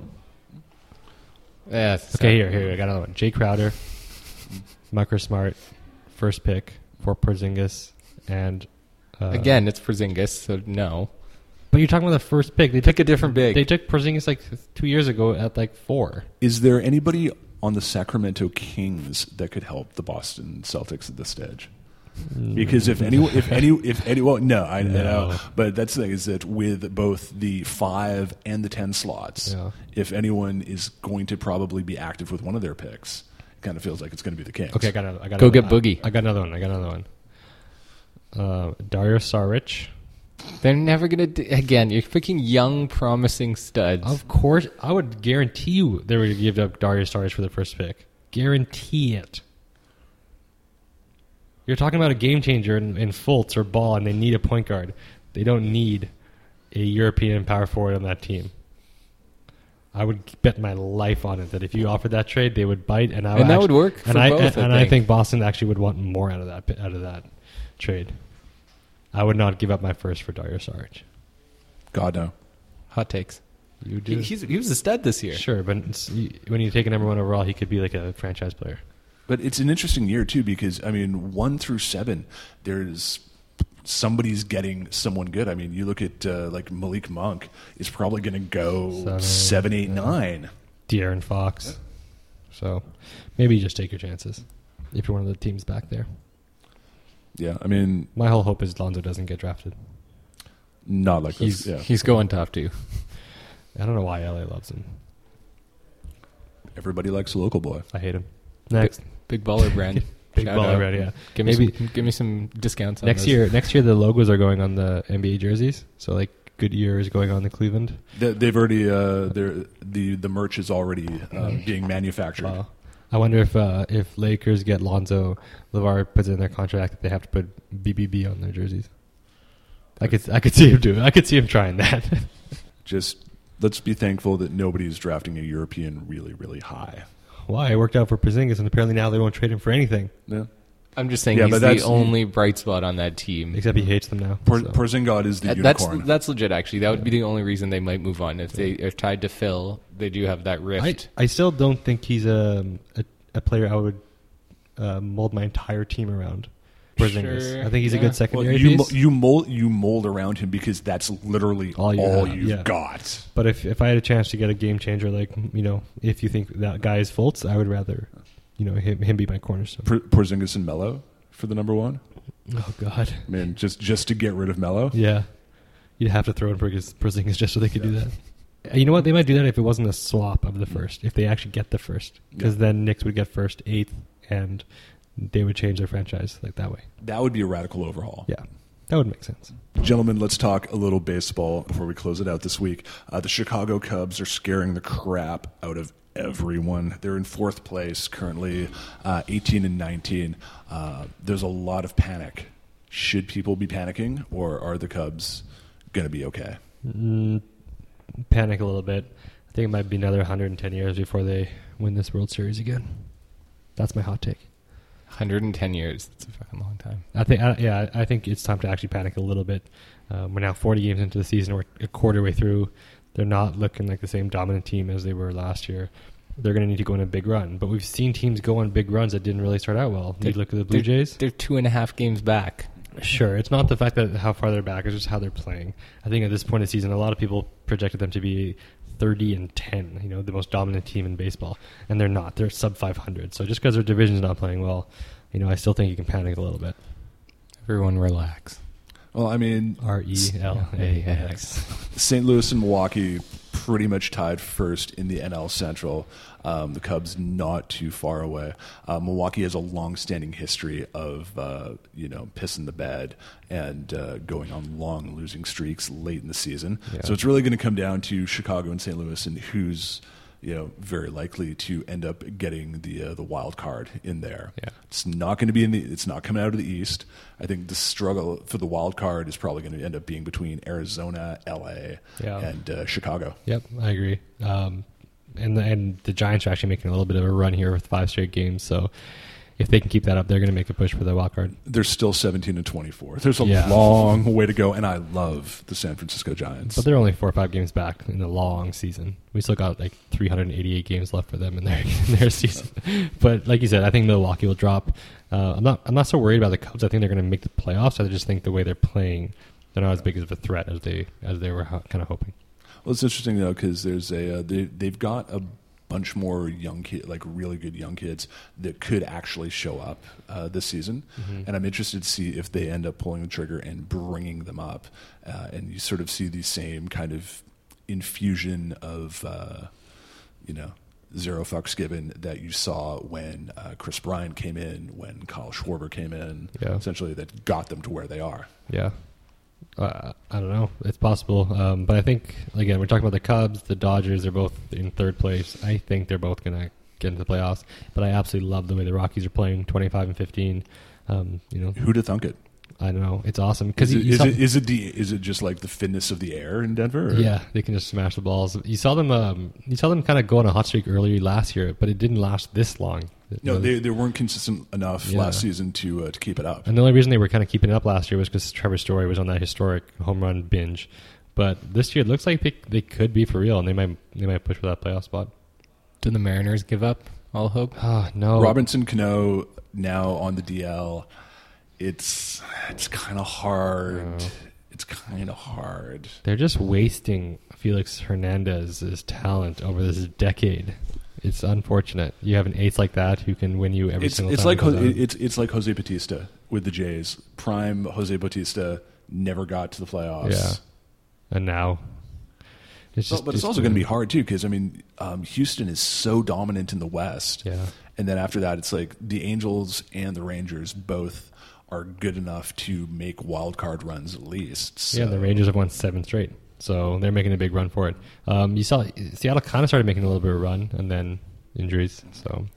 [SPEAKER 1] Yeah, it's-
[SPEAKER 2] Okay. Here, here. I got another one. Jay Crowder, Marker Smart, first pick for Porzingis, and uh,
[SPEAKER 1] Again, it's Porzingis, so no.
[SPEAKER 2] But you're talking about the first pick. They
[SPEAKER 1] Pick
[SPEAKER 2] took
[SPEAKER 1] a different big.
[SPEAKER 2] They took Porzingis like two years ago at like four.
[SPEAKER 4] Is there anybody on the Sacramento Kings that could help the Boston Celtics at this stage? Because if any, if any, if any, well, no, I, I know,
[SPEAKER 2] No.
[SPEAKER 4] but that's the thing is that with both the five and the ten slots,
[SPEAKER 2] Yeah.
[SPEAKER 4] if anyone is going to probably be active with one of their picks, it kind of feels like it's going to be the Kings.
[SPEAKER 2] Okay, I got another. I got
[SPEAKER 1] Go
[SPEAKER 2] another-
[SPEAKER 1] get Boogie.
[SPEAKER 2] I, I got another one. I got another one. Uh, Dario Saric.
[SPEAKER 1] They're never gonna. Do, again, you're picking young, promising studs.
[SPEAKER 2] Of course, I would guarantee you they were going to give up Dario Saric for the first pick. Guarantee it. You're talking about a game changer in, in Fultz or Ball, and they need a point guard. They don't need a European power forward on that team. I would bet my life on it that if you offered that trade, they would bite, and I
[SPEAKER 1] And that
[SPEAKER 2] actu-
[SPEAKER 1] would work
[SPEAKER 2] And
[SPEAKER 1] for
[SPEAKER 2] I
[SPEAKER 1] both, I
[SPEAKER 2] and I
[SPEAKER 1] think.
[SPEAKER 2] think Boston actually would want more out of that pi- out of that trade. I would not give up my first for Dario Saric.
[SPEAKER 4] God no.
[SPEAKER 1] Hot takes.
[SPEAKER 2] You
[SPEAKER 1] He, he's, he was a stud this year.
[SPEAKER 2] Sure, but it's, when you take a number one overall, he could be like a franchise player.
[SPEAKER 4] But it's an interesting year too because I mean, one through seven, there's somebody's getting someone good. I mean, you look at uh, like Malik Monk is probably going to go
[SPEAKER 2] Seven,
[SPEAKER 4] seven, eight, nine.
[SPEAKER 2] De'Aaron Fox. So maybe you just take your chances if you're one of the teams back there.
[SPEAKER 4] Yeah, I mean,
[SPEAKER 2] My whole hope is Lonzo doesn't get drafted.
[SPEAKER 4] not like
[SPEAKER 1] He's
[SPEAKER 4] this. Yeah,
[SPEAKER 1] he's going top two.
[SPEAKER 2] I don't know why LA loves him.
[SPEAKER 4] everybody likes a local boy.
[SPEAKER 2] I hate him. Next,
[SPEAKER 1] Big
[SPEAKER 2] <laughs>
[SPEAKER 1] baller brand.
[SPEAKER 2] big
[SPEAKER 1] Shout
[SPEAKER 2] ball
[SPEAKER 1] out.
[SPEAKER 2] already. Yeah.
[SPEAKER 1] Give me
[SPEAKER 2] Maybe-
[SPEAKER 1] some, give me some discounts on
[SPEAKER 2] Next
[SPEAKER 1] those.
[SPEAKER 2] year, next year the logos are going on the NBA jerseys. So like Goodyear is going on the Cleveland.
[SPEAKER 4] They, they've already uh, they're, the the merch is already uh, being manufactured.
[SPEAKER 2] Wow. I wonder if uh, if Lakers get Lonzo, Levar puts in their contract that they have to put BBB on their jerseys. I could I could see him do it. I could see him trying that. <laughs>
[SPEAKER 4] Just let's be thankful that nobody's drafting a European really really high.
[SPEAKER 2] Why it worked out for Porzingis, and apparently now they won't trade him for anything
[SPEAKER 4] Yeah,
[SPEAKER 1] I'm just saying
[SPEAKER 4] Yeah,
[SPEAKER 1] he's
[SPEAKER 4] but
[SPEAKER 1] the
[SPEAKER 4] that's-
[SPEAKER 1] only bright spot on that team.
[SPEAKER 2] except he hates them now.
[SPEAKER 4] Mm-hmm. Por-
[SPEAKER 2] so.
[SPEAKER 4] Porzingod is the
[SPEAKER 1] Uh, that's
[SPEAKER 4] unicorn.
[SPEAKER 1] that's legit. Actually, that would be the only reason they might move on if they are tied to Phil. They do have that
[SPEAKER 2] I,
[SPEAKER 1] rift.
[SPEAKER 2] I still don't think he's a a, a player I would uh, mold my entire team around. Porzingis,
[SPEAKER 1] Sure,
[SPEAKER 2] I think he's
[SPEAKER 1] yeah.
[SPEAKER 2] a good
[SPEAKER 1] Well,
[SPEAKER 4] Well,
[SPEAKER 2] secondary
[SPEAKER 4] you, mo-
[SPEAKER 2] piece.
[SPEAKER 4] you mold you mold around him because that's literally all,
[SPEAKER 2] All you have,
[SPEAKER 4] you've
[SPEAKER 2] Oh, yeah.
[SPEAKER 4] got.
[SPEAKER 2] but if if I had a chance to get a game changer, like you know, if you think that guy is Fultz, I would rather. You know him, him be my cornerstone.
[SPEAKER 4] Por- Porzingis and Mello for the number one.
[SPEAKER 2] Oh God,
[SPEAKER 4] I mean, just just to get rid of Mello.
[SPEAKER 2] yeah, you'd have to throw in Porzingis, Porzingis just so they could do that. Uh, You know what? They might do that if it wasn't a swap of the first. If they actually get the first, because
[SPEAKER 4] Yeah.
[SPEAKER 2] then Knicks would get first, eighth, and they would change their franchise like that way.
[SPEAKER 4] That would be a radical overhaul.
[SPEAKER 2] Yeah, that would make sense.
[SPEAKER 4] Gentlemen, let's talk a little baseball before we close it out this week. Uh, the Chicago Cubs are scaring the crap out of everyone. They're in fourth place currently, uh, 18 and 19. Uh, there's a lot of panic. Should people be panicking, or are the Cubs going to be okay?
[SPEAKER 2] Mm, Panic a little bit. I think it might be another 110 years before they win this World Series again. That's my hot take.
[SPEAKER 1] 110 years. That's a fucking long time.
[SPEAKER 2] I think, I, yeah, I think it's time to actually panic a little bit. Um, we're now 40 games into the season. We're a quarter way through. They're not looking like the same dominant team as they were last year. They're going to need to go on a big run. But we've seen teams go on big runs that didn't really start out well. You look at the Blue
[SPEAKER 1] They're-
[SPEAKER 2] Jays.
[SPEAKER 1] They're two and a half games back.
[SPEAKER 2] Sure, it's not the fact that how far they're back; it's just how they're playing. I think at this point in the season, a lot of people projected them to be thirty and ten. You know, the most dominant team in baseball, and they're not. They're sub five hundred. So just because their division's not playing well, you know, I still think you can panic a little bit.
[SPEAKER 1] Everyone relax.
[SPEAKER 4] Well, I mean,
[SPEAKER 2] R E L A X.
[SPEAKER 4] St. Louis and Milwaukee pretty much tied first in the NL Central. Um, the Cubs not too far away. Uh, Milwaukee has a long-standing history of uh, you know pissing the bed and uh, going on long losing streaks late in the season. So it's really going to come down to Chicago and St. Louis and who's you know very likely to end up getting the uh, the wild card in there.
[SPEAKER 1] Yeah.
[SPEAKER 4] It's not going to be in the. It's not coming out of the East. I think the struggle for the wild card is probably going to end up being between Arizona, LA,
[SPEAKER 2] Yeah.
[SPEAKER 4] and uh, Chicago.
[SPEAKER 2] Yep, I agree. Um, and the, and the Giants are actually making a little bit of a run here with five straight games. So if they can keep that up, they're going to make a push for the wild card.
[SPEAKER 4] They're still 17 and 24. There's a
[SPEAKER 2] Yeah.
[SPEAKER 4] long way to go, and I love the San Francisco Giants.
[SPEAKER 2] But they're only four or five games back in the long season. We still got like 388 games left for them in their <laughs> in their season. But like you said, I think Milwaukee will drop. Uh, I'm not I'm not so worried about the Cubs. I think they're going to make the playoffs. I just think the way they're playing, they're not as big of a threat as they as they were ho- kind of hoping.
[SPEAKER 4] Well, it's interesting though because there's a uh, they, they've got a bunch more young kid, like really good young kids that could actually show up uh, this season, and I'm interested to see if they end up pulling the trigger and bringing them up, uh, and you sort of see the same kind of infusion of uh, you know. Zero fucks given that you saw when uh, Chris Bryan came in, when Kyle Schwarber came in,
[SPEAKER 2] Yeah.
[SPEAKER 4] essentially that got them to where they are.
[SPEAKER 2] Yeah. Uh, I don't know. It's possible. Um, but I think, again, we're talking about the Cubs, the Dodgers. They're both in third place. I think they're both going to get into the playoffs. But I absolutely love the way the Rockies are playing 25 and 15. Um, you know,
[SPEAKER 4] Who'd have thunk it?
[SPEAKER 2] I don't know. It's awesome. Because
[SPEAKER 4] Is, it, is, it, is, it the, is it just like the thinness of the air in Denver? or-
[SPEAKER 2] Yeah, they can just smash the balls. You saw them. Um, you saw them kind of go on a hot streak earlier last year, but it didn't last this long.
[SPEAKER 4] No, they, they weren't consistent enough
[SPEAKER 2] Yeah.
[SPEAKER 4] last season to uh, to keep it up.
[SPEAKER 2] And the only reason they were kind of keeping it up last year was because Trevor Story was on that historic home run binge. But this year, it looks like they, they could be for real, and they might they might push for that playoff spot.
[SPEAKER 1] Do the Mariners give up all hope?
[SPEAKER 2] Ah, no,
[SPEAKER 4] Robinson Cano now on the DL. It's it's kind of hard. It's kind of hard.
[SPEAKER 2] they're just wasting Felix Hernandez's talent over this decade. It's unfortunate. You have an ace like that who can win you every
[SPEAKER 4] It's
[SPEAKER 2] single
[SPEAKER 4] it's
[SPEAKER 2] time.
[SPEAKER 4] like
[SPEAKER 2] he goes
[SPEAKER 4] Jose,
[SPEAKER 2] out.
[SPEAKER 4] it's it's like Jose Batista with the Jays. Prime Jose Batista never got to the playoffs.
[SPEAKER 2] yeah, and now it's
[SPEAKER 4] So-
[SPEAKER 2] just.
[SPEAKER 4] but it's also going to be hard too because I mean, um, Houston is so dominant in the West.
[SPEAKER 2] Yeah.
[SPEAKER 4] And then after that, it's like the Angels and the Rangers both are good enough to make wild card runs at least.
[SPEAKER 2] Yeah,
[SPEAKER 4] so-
[SPEAKER 2] the Rangers have won seven straight, so they're making a big run for it. Um, you saw Seattle kind of started making a little bit of a run, and then injuries. So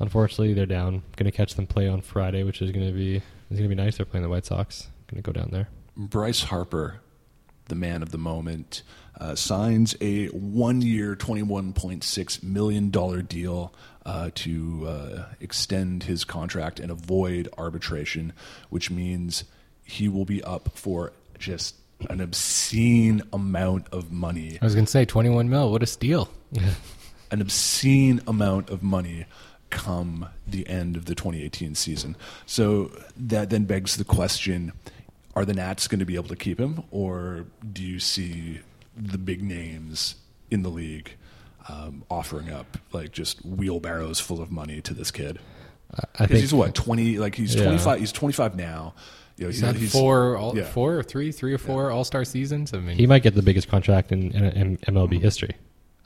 [SPEAKER 2] unfortunately, they're down. Going to catch them play on Friday, which is going to be it's going to be nice. They're playing the White Sox. Going to go down there.
[SPEAKER 4] Bryce Harper, the man of the moment, uh, signs a one-year, twenty-one point six million dollar deal uh, to uh, extend his contract and avoid arbitration, which means he will be up for just an obscene amount of money.
[SPEAKER 1] I was going to say 21 mil. What a steal.
[SPEAKER 4] an obscene amount of money come the end of the 2018 season. So that then begs the question are the Nats going to be able to keep him, or do you see the big names in the league? Um, offering up like just wheelbarrows full of money to this kid
[SPEAKER 2] I- I
[SPEAKER 4] because
[SPEAKER 2] think
[SPEAKER 4] he's what twenty like he's
[SPEAKER 2] Yeah.
[SPEAKER 4] twenty five he's twenty five now you know,
[SPEAKER 1] He's had
[SPEAKER 4] he's-
[SPEAKER 1] four, all,
[SPEAKER 4] yeah.
[SPEAKER 1] four or three, three or four All Star seasons. I mean,
[SPEAKER 2] he might get the biggest contract in, in, in
[SPEAKER 4] Mm-hmm.
[SPEAKER 2] MLB history.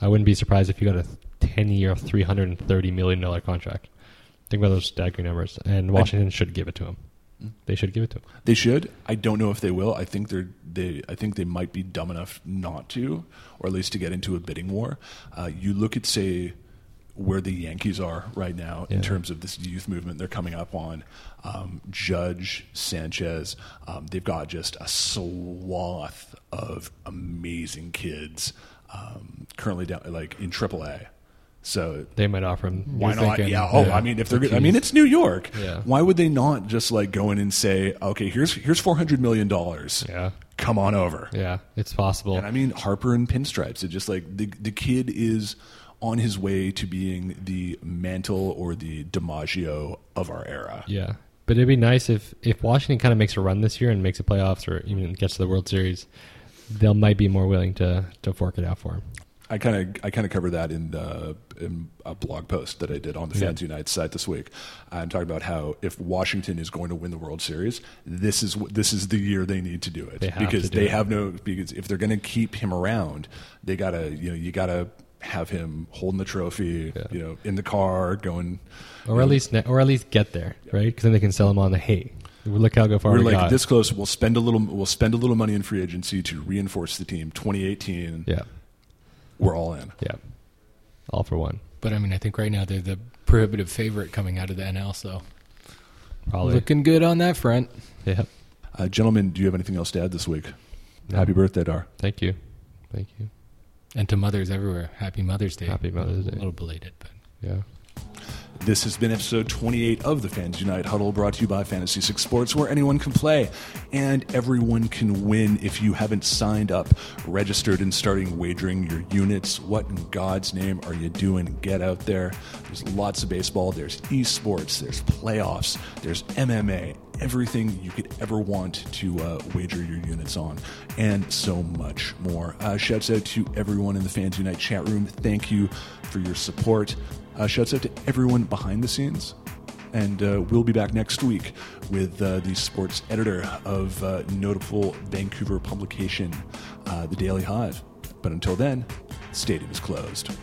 [SPEAKER 2] I wouldn't be surprised if he got a ten-year, three hundred and thirty million dollar contract. Think about those staggering numbers, and Washington should give it to him. They should give it to him.
[SPEAKER 4] They should. I don't know if they will. I think they're they. I think they might be dumb enough not to, or at least to get into a bidding war. Uh, you look at say where the Yankees are right now in
[SPEAKER 2] Yeah.
[SPEAKER 4] terms of this youth movement they're coming up on. Um, Judge Sanchez, um, they've got just a swath of amazing kids um, currently down like in AAA. So
[SPEAKER 2] They might offer him.
[SPEAKER 4] why
[SPEAKER 2] You're
[SPEAKER 4] not?
[SPEAKER 2] thinking,
[SPEAKER 4] yeah. Oh, I mean, if they're, good, I mean, it's New York.
[SPEAKER 2] Yeah.
[SPEAKER 4] Why would they not just like go in and say, okay, here's here's four hundred million dollars.
[SPEAKER 2] Yeah.
[SPEAKER 4] Come on over.
[SPEAKER 2] Yeah, it's possible.
[SPEAKER 4] And I mean, Harper and Pinstripes. It just like the the kid is on his way to being the mantle or the DiMaggio of our era.
[SPEAKER 2] yeah, but it'd be nice if if Washington kind of makes a run this year and makes the playoffs or even gets to the World Series, they might be more willing to to fork it out for him.
[SPEAKER 4] I kind of I kind of cover that in the in a blog post that I did on the Fans Unite site this week. I'm talking about how if Washington is going to win the World Series, this is what- this is the year they need to do it
[SPEAKER 2] They have
[SPEAKER 4] because
[SPEAKER 2] to do
[SPEAKER 4] they
[SPEAKER 2] it.
[SPEAKER 4] have no because if they're going to keep him around, they gotta you know you gotta have him holding the trophy you know in the car going.
[SPEAKER 2] Or at least ne- or at least get there, right? Because then they can sell him on the hey, look how far
[SPEAKER 4] We're
[SPEAKER 2] we
[SPEAKER 4] like
[SPEAKER 2] got.
[SPEAKER 4] this close. We'll spend a little. We'll spend a little money in free agency to reinforce the team. 2018.
[SPEAKER 2] yeah,
[SPEAKER 4] We're all in.
[SPEAKER 2] yeah, all for one,
[SPEAKER 1] but I mean, I think right now they're the prohibitive favorite coming out of the NL. So
[SPEAKER 2] probably.
[SPEAKER 1] looking good on that front.
[SPEAKER 2] yeah,
[SPEAKER 4] Uh, gentlemen, do you have anything else to add this week? Happy birthday, Dar.
[SPEAKER 2] thank you, thank you.
[SPEAKER 1] And to mothers everywhere, happy Mother's Day.
[SPEAKER 2] Happy Mother's Day.
[SPEAKER 1] A little belated, but
[SPEAKER 2] Yeah,
[SPEAKER 4] This has been episode 28 of the Fans Unite Huddle, brought to you by Fantasy Six Sports, where anyone can play and everyone can win. If you haven't signed up, registered, and starting wagering your units, what in God's name are you doing? Get out there. There's lots of baseball, there's esports, there's playoffs, there's MMA, everything you could ever want to uh, wager your units on, and so much more. Uh, shouts out to everyone in the Fans Unite chat room. Thank you for your support. Uh, shouts out to everyone behind the scenes. And uh, we'll be back next week with uh, the sports editor of uh, notable Vancouver publication, uh, The Daily Hive. But until then, stadium is closed.